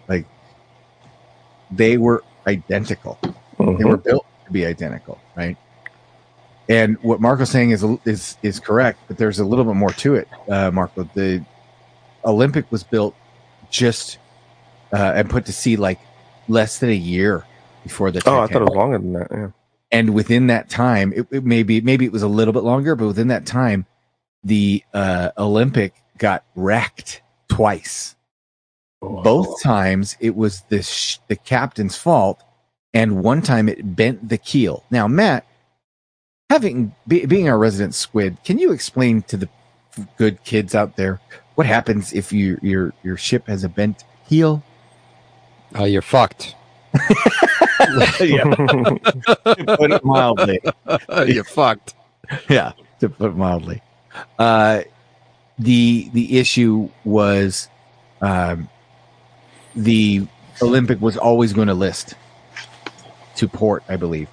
S3: Like they were identical.
S5: mm-hmm.
S3: They
S5: Uh-huh.
S3: were built to be identical, right? And what Marco's saying is is is correct, but there's a little bit more to it, uh, Marco. The Olympic was built just uh, and put to sea like less than a year before the.
S5: Oh, I
S3: Titanic
S5: thought it was longer than that. Yeah.
S3: and within that time it, it maybe maybe it was a little bit longer but within that time the uh, olympic got wrecked twice both times it was the sh- the captain's fault and one time it bent the keel now matt having be, being our resident squid can you explain to the good kids out there what happens if your your your ship has a bent heel?
S2: Oh, you're fucked.
S3: yeah, put it mildly.
S2: Uh, you're fucked.
S3: yeah, to put it mildly. Uh, the the issue was um, the Olympic was always going to list to port, I believe,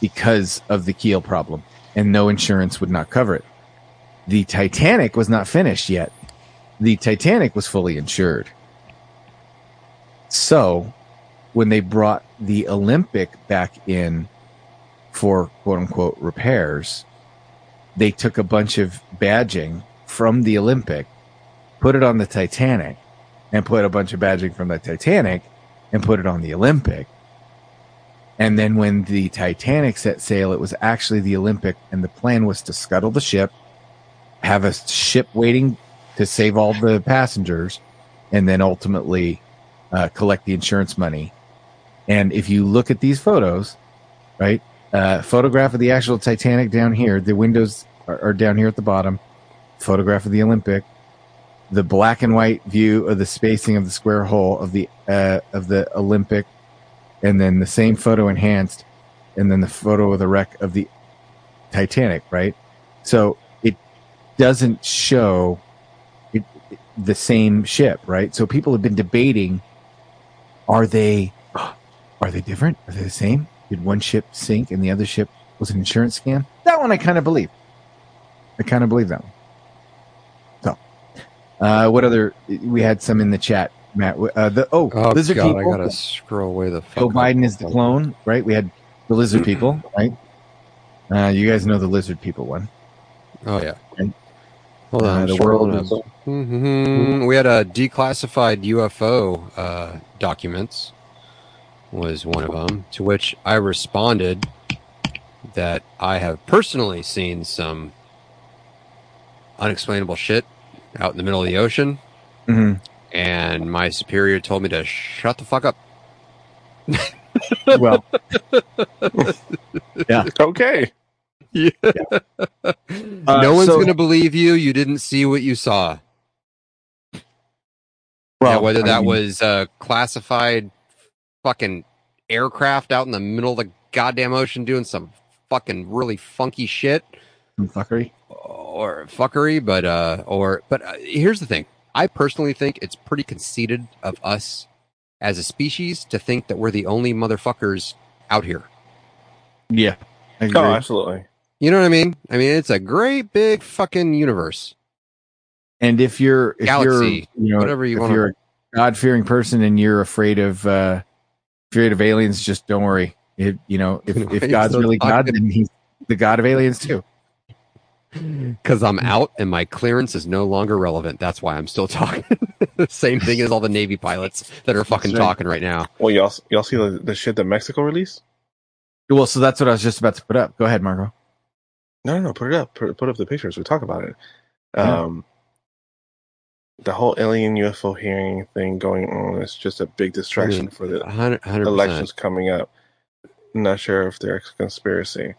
S3: because of the keel problem, and no insurance would not cover it. The Titanic was not finished yet. The Titanic was fully insured. So, when they brought the Olympic back in for quote unquote repairs, they took a bunch of badging from the Olympic, put it on the Titanic, and put a bunch of badging from the Titanic and put it on the Olympic. And then when the Titanic set sail, it was actually the Olympic, and the plan was to scuttle the ship, have a ship waiting to save all the passengers, and then ultimately uh, collect the insurance money. And if you look at these photos, right, uh, photograph of the actual Titanic down here, the windows are, are down here at the bottom, photograph of the Olympic, the black and white view of the spacing of the square hole of the uh, of the Olympic, and then the same photo enhanced, and then the photo of the wreck of the Titanic. Right, so it doesn't show it, the same ship. Right, so people have been debating: are they are they different? Are they the same? Did one ship sink and the other ship was an insurance scam? That one I kind of believe. I kind of believe that one. Uh, what other? We had some in the chat, Matt. Uh, the oh,
S2: Oh
S3: lizard
S2: god,
S3: people.
S2: I gotta scroll away the fuck.
S3: Joe
S2: up.
S3: Biden is the clone, right? We had the lizard people, right? Uh, you guys know the lizard people one.
S2: Oh yeah.
S3: And-
S2: Hold
S3: Uh,
S2: on, I'm
S3: the
S2: scrolling
S3: world
S2: up.
S3: is-
S2: Mhm. We had a declassified UFO uh, documents was one of them, to which I responded that I have personally seen some unexplainable shit out in the middle of the ocean,
S3: Mhm.
S2: and my superior told me to shut the fuck up.
S3: Well,
S5: okay.
S2: Yeah.
S3: Uh,
S2: no one's
S3: so-
S2: going to believe you. You didn't see what you saw.
S3: well,
S2: Now, whether
S3: I
S2: that
S3: mean,
S2: was uh, classified fucking aircraft out in the middle of the goddamn ocean doing some fucking really funky shit
S3: some fuckery.
S2: or fuckery, but uh, or but uh, here's the thing: I personally think it's pretty conceited of us as a species to think that we're the only motherfuckers out here.
S3: Yeah, I agree.
S5: Oh, absolutely.
S2: You know what I mean? I mean, it's a great big fucking universe.
S3: and if you're if
S2: Galaxy,
S3: you're you know
S2: whatever you
S3: if
S2: wanna-
S3: you're a God fearing person and you're afraid of uh, afraid of aliens, just don't worry. It, you know, if, if
S2: Right,
S3: God's
S2: so
S3: really God,
S2: fucking-
S3: then he's the God of aliens too.
S2: Because I'm out and my clearance is no longer relevant. That's why I'm still talking. Same thing as all the Navy pilots that are fucking
S3: Sure.
S2: talking right now.
S5: Well, y'all y'all see the, the shit that Mexico released?
S3: Well, so that's what I was just about to put up. Go ahead, Marco.
S5: No, no, no. Put it up. Put, put up the pictures. We talk about it. Um, the whole alien UFO hearing thing going on is just a big distraction for the
S2: 100 100%.
S5: elections coming up. I'm not sure if there's a conspiracy.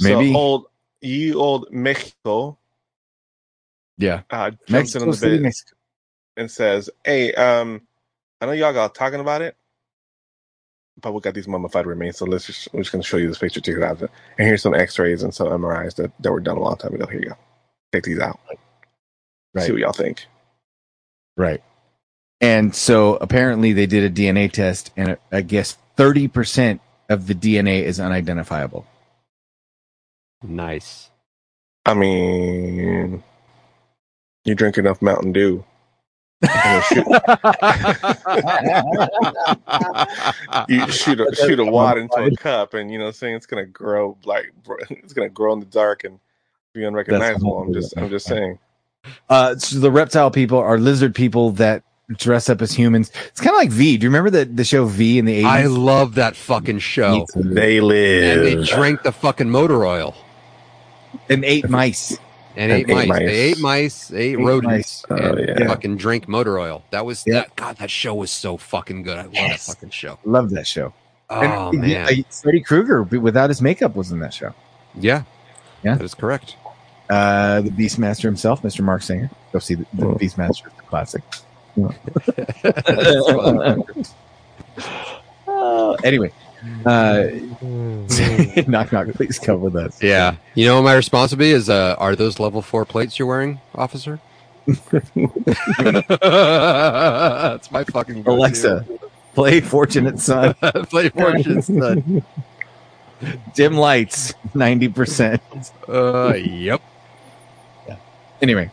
S3: Maybe.
S5: so old ye old Mexico
S3: Yeah,
S5: uh, jumps in
S3: Mexico
S5: on the
S3: City,
S5: bed
S3: Mexico.
S5: and says, "Hey, um, I know y'all got talking about it, but we got these mummified remains, so let's just we're just gonna show you this picture to you out. And here's some X-rays and some MRIs that, that were done a long time ago. Here you go. Take these out.
S3: Right.
S5: See what y'all think.
S3: Right. And so apparently they did a DNA test, and I guess 30% of the DNA is unidentifiable.
S2: Nice.
S5: I mean, you drink enough Mountain Dew, and you shoot, you shoot a shoot a wad into a cup, and you know, what I'm saying it's gonna grow like it's gonna grow in the dark and be unrecognizable. I'm just I'm just saying.
S3: Uh, so the reptile people are lizard people that dress up as humans. It's kind of like V. Do you remember the, the show V in the 80s?
S2: I love that fucking show.
S5: They
S2: And they
S5: live.
S2: drank the fucking motor oil
S3: and ate mice.
S2: and, ate,
S5: And
S2: mice. They ate mice, they ate, rodents,
S3: mice.
S5: Oh,
S2: and
S5: yeah.
S2: fucking drank motor oil. That was
S3: Yeah.
S2: that. God, that show was so fucking good. I love
S3: Yes.
S2: that fucking show.
S3: Love that show.
S2: Oh
S3: and, uh,
S2: man,
S3: like, Freddy Krueger without his makeup was in that show.
S2: yeah,
S3: Yeah.
S2: that is correct.
S3: uh, the Beastmaster himself, Mr. Mark Singer. Go see the, the Beastmaster, the classic. Oh, anyway, uh, knock knock. Please come with us.
S2: Yeah. You know what my response would be is uh, are those level four plates you're wearing, officer? That's my fucking go-to.
S3: Alexa, play Fortunate Son.
S2: Play fortunes. son.
S3: Dim lights, ninety percent.
S2: Uh, yep.
S3: Anyway,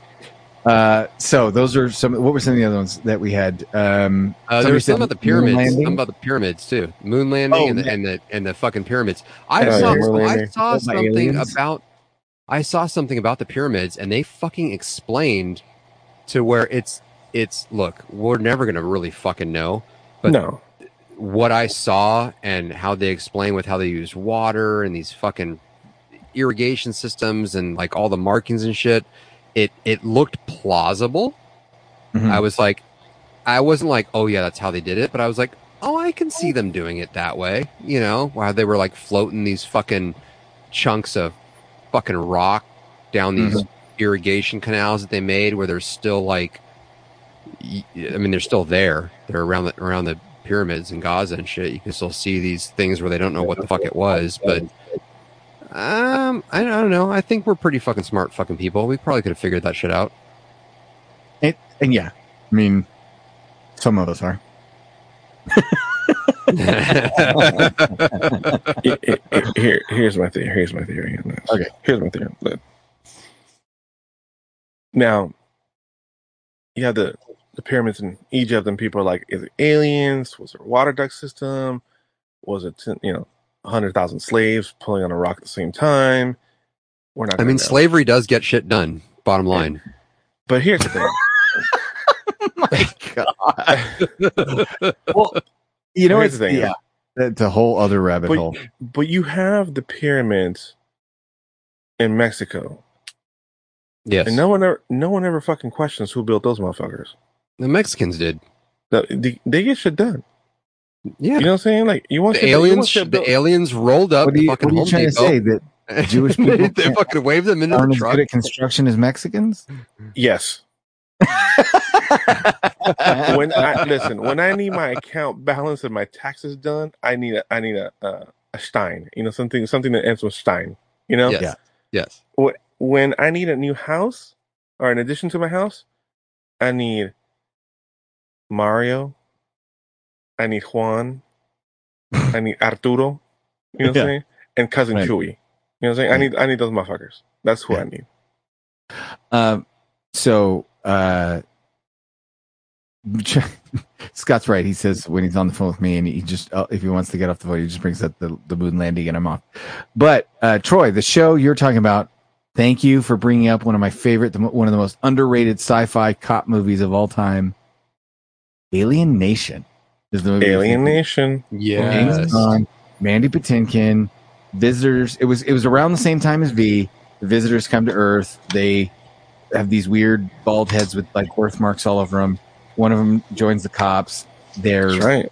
S3: uh, so those are some. What were some of the other ones that we had? Um,
S2: Uh,
S3: somebody
S2: there was
S3: said
S2: some about the
S3: moon
S2: pyramids.
S3: landing.
S2: Some about the pyramids too. Moon landing
S3: Oh,
S2: and, the,
S3: yeah.
S2: and the and the fucking pyramids. I
S5: Yeah,
S2: saw
S5: yeah. Moon
S2: I
S5: landing.
S2: saw
S3: Built by
S2: something
S3: aliens.
S2: about I saw something about the pyramids and they fucking explained to where it's it's look, we're never gonna really fucking know But-
S5: no.
S2: what I saw and how they explain with how they use water and these fucking irrigation systems and like all the markings and shit. It it looked plausible.
S5: Mm-hmm.
S3: Mhm.
S2: I was like, I wasn't like, oh yeah, that's how they did it, but I was like, oh, I can see them doing it that way. You know, why they were like floating these fucking chunks of fucking rock down these irrigation canals that they made, where they're still like, y- I mean, they're still there. They're around the around the pyramids in Gaza and shit. You can still see these things where they don't know what the fuck it was, but. Um, I don't, I don't know. I think we're pretty fucking smart, fucking people. We probably could have figured that shit out.
S3: And, and yeah, I mean, some of us are.
S5: It- it- it- here, here's my theory. Here's my theory. on this.
S3: Okay.
S5: Here's my theory. Look. Now, you have the, the pyramids in Egypt, and people are like, is it aliens? Was it a water duct system? Was it, you know, 100,000 slaves pulling on a rock at the same time? We're not.
S2: I
S5: gonna
S2: mean,
S5: know.
S2: slavery does get shit done. Bottom line,
S5: But here's the thing.
S3: Well, you know,
S5: Here's
S3: it's
S5: the thing.
S3: yeah, that's a whole other rabbit
S5: But-
S3: hole.
S5: but you have the pyramids in Mexico,
S2: yes.
S5: and no one ever, no one ever fucking questions who built those motherfuckers.
S2: the Mexicans did.
S5: No, They, they get shit done.
S2: Yeah,
S5: You know what I'm saying? Like you want
S2: the
S5: shit- you want
S2: aliens.
S5: shit
S2: The
S5: built-
S2: aliens rolled up.
S3: What are you,
S2: the
S3: what
S2: fucking
S3: are you
S2: Home
S3: trying to
S2: Depot.
S3: say that Jewish
S2: They-
S3: people
S2: they
S3: can't-
S2: fucking waved them into
S3: aren't
S2: the
S3: as
S2: truck.
S3: good at construction as Mexicans?
S5: yes. When I listen, when I need my account balance and my taxes done, I need a I need a uh, a Stein. You know something something that ends with Stein. You know
S2: Yes.
S3: Yeah.
S2: Yes.
S5: when I need a new house or an addition to my house, I need Mario. I need Juan. I need Arturo. You know what
S3: Yeah.
S5: I'm saying? And cousin
S3: Right.
S5: Chewy. You know what I'm saying? I need I need those motherfuckers. That's who I need.
S3: Um, so uh, Scott's right. He says when he's on the phone with me, and he just uh, if he wants to get off the phone, he just brings up the, the moon landing, and I'm off. But uh, Troy, the show you're talking about. Thank you for bringing up one of my favorite, the, mo- one of the most underrated sci-fi cop movies of all time. Alien Nation is the movie.
S5: Alien Nation.
S3: James
S2: Yes.
S3: Caan, Mandy Patinkin, visitors. It was it was around the same time as V. The visitors come to Earth. They have these weird bald heads with like birthmarks all over them. One of them joins the cops. Their
S5: That's right.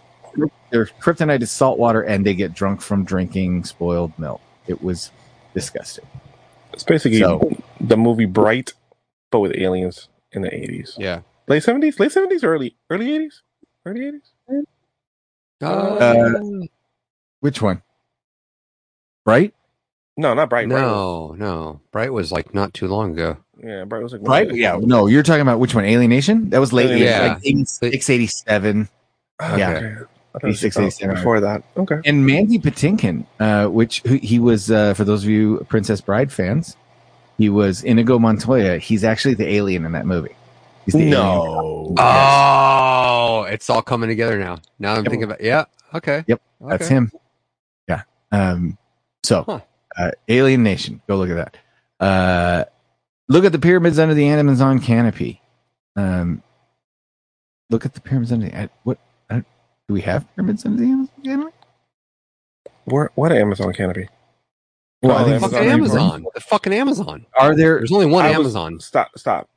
S3: their kryptonite is salt water, and they get drunk from drinking spoiled milk. It was disgusting.
S5: It's basically
S3: So-
S5: the movie Bright, but with aliens in the eighties.
S2: Yeah.
S5: Late seventies? Late seventies or early early eighties? Early eighties?
S2: Uh,
S3: Which one? Right?
S5: No, not Bright. Bright was-
S2: no, no. Bright was like not too long ago.
S5: yeah, Bright was like
S3: Right? Yeah. No, you're talking about which one? Alienation? That was late.
S2: Yeah.
S3: Like 86, 87.
S5: Okay.
S3: Yeah.
S5: I thought it was oh,
S3: 86,
S5: Before that. Okay.
S3: and Mandy Patinkin, uh, which who, he was uh, for those of you Princess Bride fans, he was Inigo Montoya. He's actually the alien in that movie. He's the alien. Yes.
S2: Oh, it's all coming together now. Now that I'm thinking about. Yeah. Okay.
S3: Yep, that's
S2: Okay.
S3: him. Yeah. Um, so,
S2: Huh.
S3: uh, Alien Nation. Go look at that. Uh, look at the pyramids under the Amazon canopy. Um, look at the pyramids under the. at- What I don't- do we have pyramids under the Amazon canopy?
S5: Where, what Amazon canopy?
S3: Well,
S5: Oh,
S3: I think
S5: Amazon.
S2: Fucking Amazon. The fucking Amazon.
S3: Are there?
S2: There's only one
S5: I was-
S2: Amazon.
S5: Stop, stop.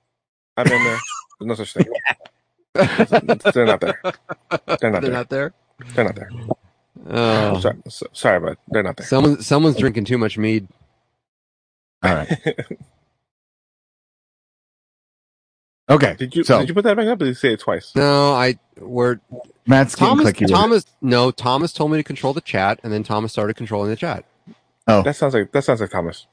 S5: I've been there. There's no such thing. They're not there. They're not
S2: They're
S5: there.
S2: not there.
S5: They're not there.
S2: Oh.
S5: Sorry, so- sorry, but they're not there.
S2: Someone, someone's drinking too much mead.
S3: All right. Okay.
S5: Did you
S3: So
S5: did you put that back up? Or did you say it twice?
S2: No, I we're
S3: Matt's getting
S2: Thomas.
S3: clicky. with it.
S2: Thomas, no, Thomas told me to control the chat, and then Thomas started controlling the chat.
S5: That sounds like that sounds like Thomas.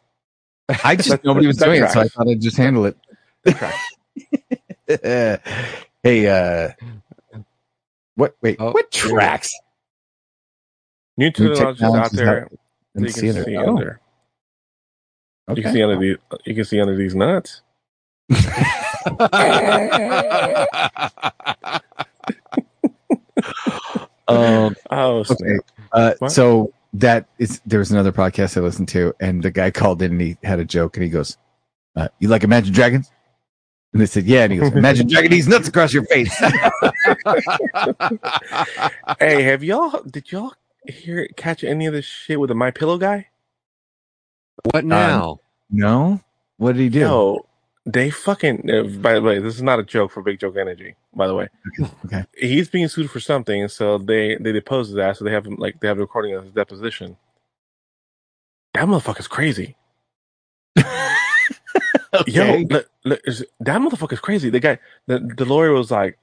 S3: I just
S5: That-
S3: nobody was
S5: that
S3: doing it, so I
S5: tracks.
S3: thought I'd just handle it.
S5: That tracks.
S3: hey, uh, what? Wait,
S2: Oh,
S3: what
S2: there you go.
S3: tracks?
S5: New technologies out
S3: technologies
S5: there.
S3: out- I didn't
S5: that
S3: see
S5: you can
S3: it.
S5: see
S3: Oh,
S5: under. You can
S3: okay.
S5: see under these. You can see under these nuts.
S3: Um,
S5: Oh, snap.
S3: Okay. Uh,
S5: What?
S3: so that is there was another podcast I listened to, and the guy called in and he had a joke, and he goes, uh, "You like Imagine Dragons?" And they said, "Yeah." And he goes, "Imagine Dragon these nuts across your face."
S5: hey, have y'all? Did y'all hear catch any of this shit with the My Pillow guy?
S2: what now?
S3: no, what did he do?
S5: No, they fucking. uh, by the way, this is not a joke for Big Joke Energy. By the way,
S3: Okay.
S5: he's being sued for something, so they they deposed his ass. So they have him like they have a recording of his deposition. That motherfucker's crazy.
S3: Okay.
S5: Yo, look, look, is- that motherfucker's crazy. The guy, the, the lawyer was like,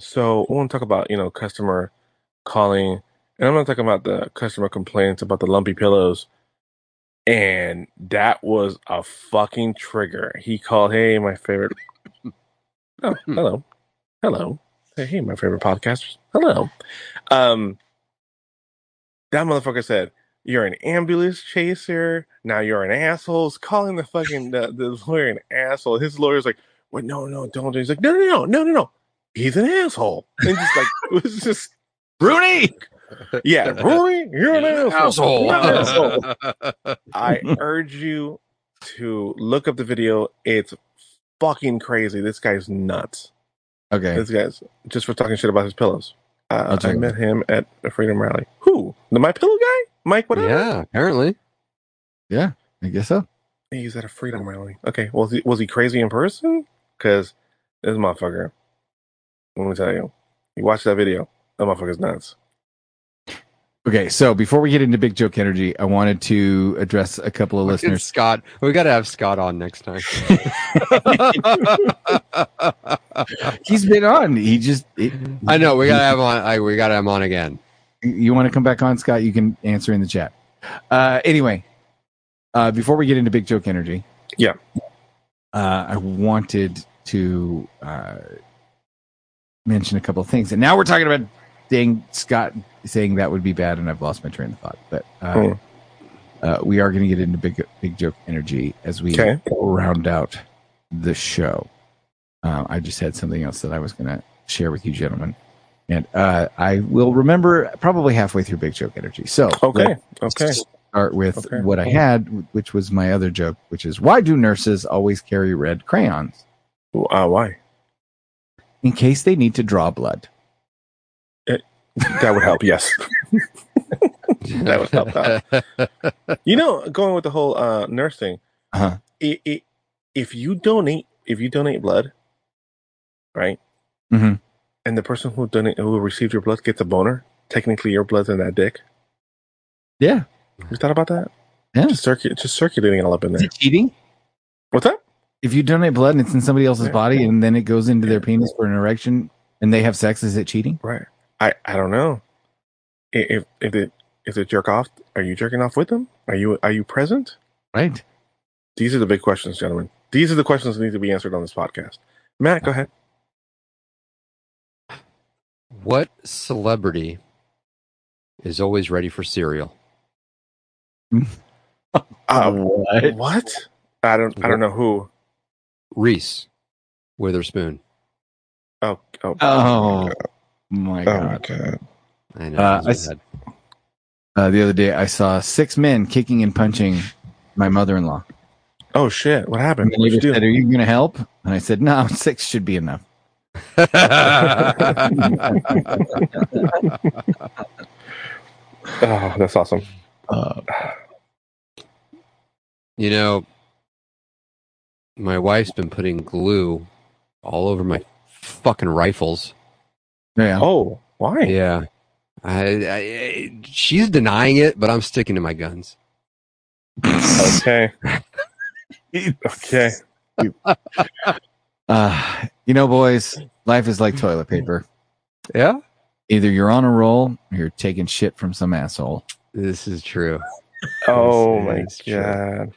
S5: "So I want to talk about you know customer calling, and I'm not talking about the customer complaints about the lumpy pillows." And that was a fucking trigger. He called, "Hey, my favorite." Oh, hello, hello. Hey, hey, my favorite podcasters. Hello. Um, that motherfucker said, "You're an ambulance chaser. Now you're an asshole." He's calling the fucking the, the lawyer an asshole. His lawyer's like, "Wait, no, no, don't." He's like, "No, no, no, no, no, no." He's an asshole. And just like it was just
S3: Rooney.
S5: yeah, Rory, you're an asshole. You're an asshole. I urge you to look up the video. It's fucking crazy. This guy's nuts.
S3: Okay,
S5: This guy's just for talking shit about his pillows. Uh,
S3: I'll check
S5: I
S3: him
S5: met him at a freedom rally. Who? The My Pillow guy? Mike, whatever?
S2: yeah, apparently.
S3: I guess so.
S5: He's at a freedom rally. Okay, was he was he crazy in person? Because this motherfucker, let me tell you, you watch that video, that motherfucker's nuts.
S3: Okay, so before we get into Big Joke Energy, I wanted to address a couple of
S2: Fucking
S3: listeners.
S2: Scott, we got to have Scott on next time.
S3: He's been on. He just. it-
S2: I know we got to have him on. I, we got to have him on again.
S3: you want to come back on, Scott, you can answer in the chat. Uh, anyway, uh, before we get into Big Joke Energy,
S5: Yeah.
S3: uh, I wanted to uh, mention a couple of things, and now we're talking about dang Scott saying that would be bad, and I've lost my train of thought. But uh,
S5: Hmm.
S3: uh, we are going to get into Big Big Joke Energy as we
S5: Okay.
S3: round out the show. Uh, I just had something else that I was going to share with you, gentlemen. And uh, I will remember probably halfway through Big Joke Energy. So
S5: Okay,
S3: let's
S5: okay.
S3: start with
S5: Okay.
S3: what I had, which was my other joke, which is why do nurses always carry red crayons
S5: Uh, why?
S3: in case they need to draw blood?
S5: That would help. Yes. That would help out. You know, going with the whole uh, nurse thing,
S3: Uh-huh.
S5: i i if you donate, if you donate blood, right,
S3: Mhm.
S5: and the person who donate who received your blood gets a boner, technically your blood's in that dick.
S3: Yeah.
S5: You thought about that?
S3: Yeah.
S5: Just, circu- just circulating all up in
S3: Is
S5: there.
S3: it cheating?
S5: What's that?
S3: If you donate blood and it's in somebody else's
S5: Yeah.
S3: body and then it goes into their penis for an erection and they have sex, is it cheating?
S5: Right. I I don't know. I- If if it if they jerk off, are you jerking off with them? Are you are you present?
S3: Right.
S5: These are the big questions, gentlemen. These are the questions that need to be answered on this podcast. Matt, go ahead.
S2: What celebrity is always ready for cereal?
S5: Uh,
S3: what?
S5: what? I don't I don't know who.
S2: Reese Witherspoon.
S5: Oh oh
S3: Oh my
S5: oh
S3: god.
S5: my god.
S2: I know.
S3: Uh,
S2: that's
S3: I s-
S2: bad.
S3: Uh, the other day, I saw six men kicking and punching my mother-in-law.
S5: Oh shit! What
S3: And
S5: happened?
S3: the
S5: What'd you
S3: neighbor
S5: do?
S3: said, "Are you going to help?" And I said, "No, six should be enough."
S5: Oh, that's awesome.
S3: Uh,
S2: you know, my wife's been putting glue all over my fucking rifles.
S3: yeah.
S5: Oh, why?
S2: Yeah. I, I, I she's denying it, but I'm sticking to my guns.
S5: Okay. okay.
S3: Uh, You know, boys, life is like toilet paper.
S2: Yeah,
S3: Either you're on a roll or you're taking shit from some asshole.
S2: this is true.
S5: Oh my
S2: Yes, yes,
S5: god.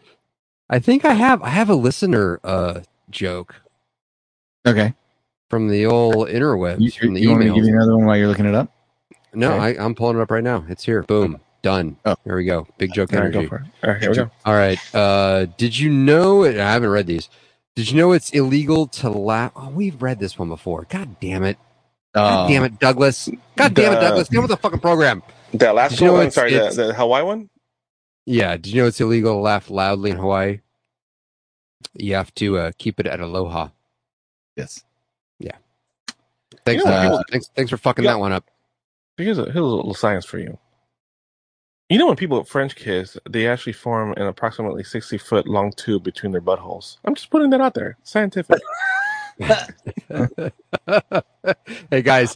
S2: I think I have I have a listener uh joke
S3: Okay.
S2: from the old interwebs
S3: You,
S2: from the
S3: you want me to
S2: email.
S3: give you another one while you're looking it up?
S2: No,
S3: Okay.
S2: I, I'm pulling it up right now. It's here. Boom. Done.
S3: Oh.
S2: There we go. Big joke
S5: All right,
S2: energy.
S5: go for it. All right, here we go.
S2: All right. Uh, did you know? And I haven't read these. Did you know it's illegal to laugh? Oh, we've read this one before. God damn it!
S3: Oh,
S2: God damn it, Douglas! God damn it,
S5: Duh.
S2: Douglas! Come with the fucking program.
S5: That last
S2: You know,
S5: one, I'm
S2: it's-
S5: sorry, the,
S2: it's-
S5: the Hawaii one?
S2: Yeah. Did you know it's illegal to laugh loudly in Hawaii? You have to uh, keep it at aloha.
S3: Yes.
S2: Thanks.
S5: You know,
S2: uh,
S5: people-
S2: thanks. Thanks for fucking
S5: Yeah.
S2: that one up.
S5: Here's a, here's a little science for you. You know when people French kiss, they actually form an approximately sixty foot long tube between their buttholes. I'm just putting that out there. Scientific.
S2: hey guys,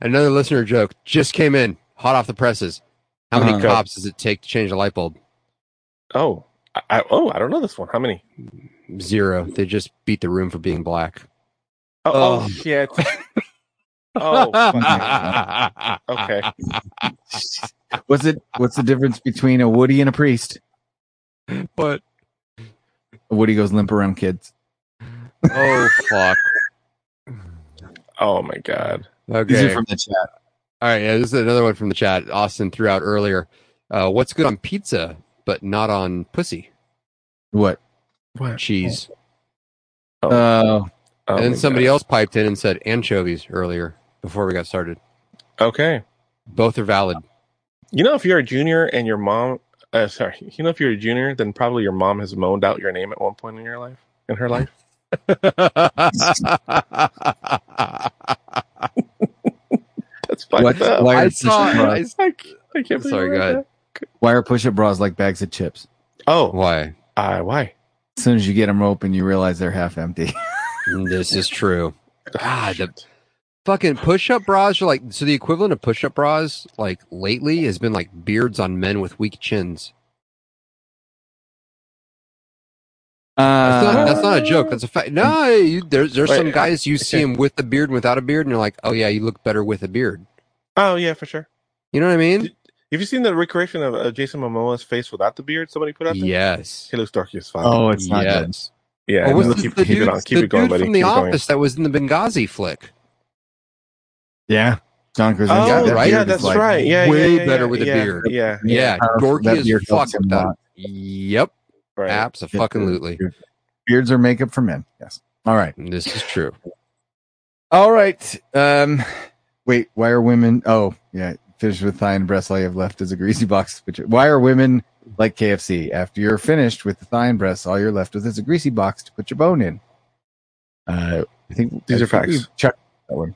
S2: another listener joke just came in, hot off the presses. How many
S3: Uh-huh.
S2: cops does it take to change a light bulb?
S5: oh. I, I, oh, I don't know this one. How many?
S2: Zero. They just beat the room for being black.
S5: Oh, oh.
S2: Oh.
S5: shit. oh, okay.
S3: What's it? What's the difference between a Woody and a priest?
S2: But
S3: A Woody goes limp around kids.
S2: oh fuck.
S5: Oh my god.
S2: Okay.
S3: These are from the chat.
S2: All right. Yeah, this is another one from the chat. Austin threw out earlier. Uh, what's good on pizza but not on pussy?
S3: What?
S5: What?
S2: Cheese.
S3: Oh,
S5: Oh
S2: and
S5: my
S2: then somebody
S5: God.
S2: else piped in and said anchovies earlier before we got started.
S5: Okay.
S2: Both are valid.
S5: You know, if you're a junior and your mom, uh, sorry, you know, if you're a junior, then probably your mom has moaned out your name at one point in your life, in her life. That's fucked
S3: what?
S5: up.
S3: Why
S2: uh, I
S3: are,
S2: saw-
S3: push-up bras,
S2: I-
S5: I, I can't
S2: Sorry,
S5: believe
S2: go
S5: I read
S2: ahead.
S3: why are push-up bras like bags of chips?
S5: that. Oh,
S2: Why?
S5: uh, why?
S3: As soon as you get them open, you realize they're half empty.
S2: This is true. God, the fucking push-up bras are like so. The equivalent of push-up bras, like lately, has been like beards on men with weak chins. That's not,
S3: Uh,
S2: that's not a joke. That's a fact. No, you, there's there's
S5: Wait,
S2: some guys you see
S5: okay.
S2: them with a beard and without a beard, and you're like, oh yeah, you look better with a beard.
S5: Oh yeah, for sure.
S2: You know what I mean?
S5: Have you seen the recreation of uh, Jason Momoa's face without the beard? Somebody put out there.
S2: Yes.
S5: he looks darky as fuck.
S3: oh, it's not good.
S2: yes.
S5: yeah.
S2: Or was
S5: no,
S2: this
S5: keep,
S2: the
S5: keep
S2: dude,
S5: it on. Keep
S2: the
S5: it going,
S2: dude
S5: buddy.
S2: from the
S5: keep it going.
S2: office that was in the Benghazi flick?
S3: Yeah, John Krasinski.
S5: Oh,
S3: that
S5: yeah,
S3: beard is
S5: that's
S3: like-
S5: right. Yeah, yeah,
S2: way
S5: yeah, yeah,
S2: better with a
S5: yeah,
S2: beard.
S5: Yeah,
S2: Yeah,
S3: Uh, that
S2: dorky
S3: beard
S2: as fuck
S3: helps him
S2: with
S3: a
S2: that.
S3: lot.
S2: Yep,
S5: right.
S3: Yeah,
S2: absolutely.
S3: beard- Beards are makeup for men. Yes. All right.
S2: This is true.
S3: All right. Um, wait. Why are women? Oh, yeah. Finished with thigh and breast. All you have left is a greasy box. Which, why are women like KFC? After you're finished with the thigh and breast, all you're left with is a greasy box to put your bone in. Uh, I think
S5: These
S3: I
S5: are
S3: think we
S5: facts.
S3: Checked that one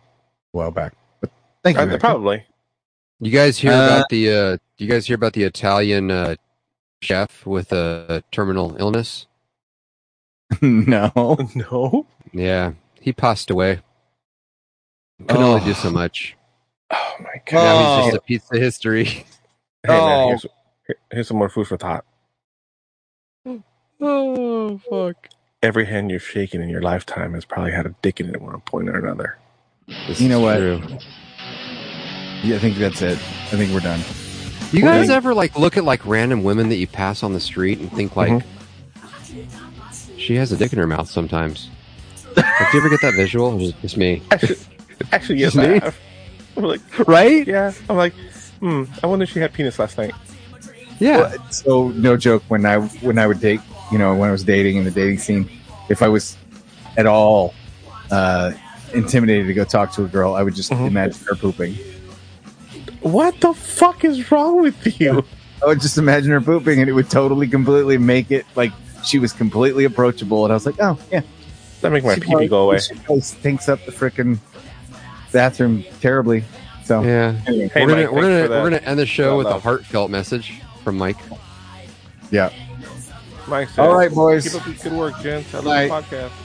S3: a while back, but thank you.
S5: Uh,
S3: Eric.
S5: probably.
S2: You guys hear
S3: Uh,
S2: about the? Uh, do you guys hear about the Italian uh, chef with a terminal illness?
S3: no.
S5: No.
S2: Yeah, he passed away. Could
S3: Oh.
S2: only do so much.
S5: Oh my god.
S2: Now he's
S3: Oh.
S2: just a piece of history.
S5: Hey, man,
S3: Oh.
S5: here's, here- here's some more food for thought.
S2: oh fuck!
S5: Every hand you've shaken in your lifetime has probably had a dick in it at one point or another.
S2: you
S3: You know
S2: know
S3: what?
S2: what?
S3: Yeah, I think that's it. I think we're done.
S2: You guys ever like look at like random women that you pass on the street and think like, she has a dick in her mouth sometimes. Like, do you ever get that visual? Or is it just me?
S5: Actually, actually yes, I
S2: Me?
S5: have. I'm like,
S2: Right?
S5: yeah. I'm like, hmm. I wonder if she had penis last night.
S2: Yeah.
S3: so no joke when i when i would date you know when i was dating in the dating scene if i was at all uh intimidated to go talk to a girl i would just
S5: Mhm.
S3: imagine her pooping
S5: What the fuck is wrong with you?
S3: i would just imagine her pooping and it would totally completely make it like she was completely approachable and i was like oh yeah
S5: That make my
S3: she
S5: pee pee go away.
S3: probably- she probably stinks up the freaking bathroom terribly so
S2: Yeah.
S3: anyway,
S5: Hey,
S2: we're gonna
S5: Mike,
S2: we're
S5: thanks
S2: gonna
S5: for that.
S2: we're gonna end the show
S5: Well,
S2: with
S5: no.
S2: a heartfelt message from Mike.
S3: yeah
S5: Mike says,
S3: all right boys
S5: Keep up the good work, gents. I love
S3: Night.
S5: the podcast.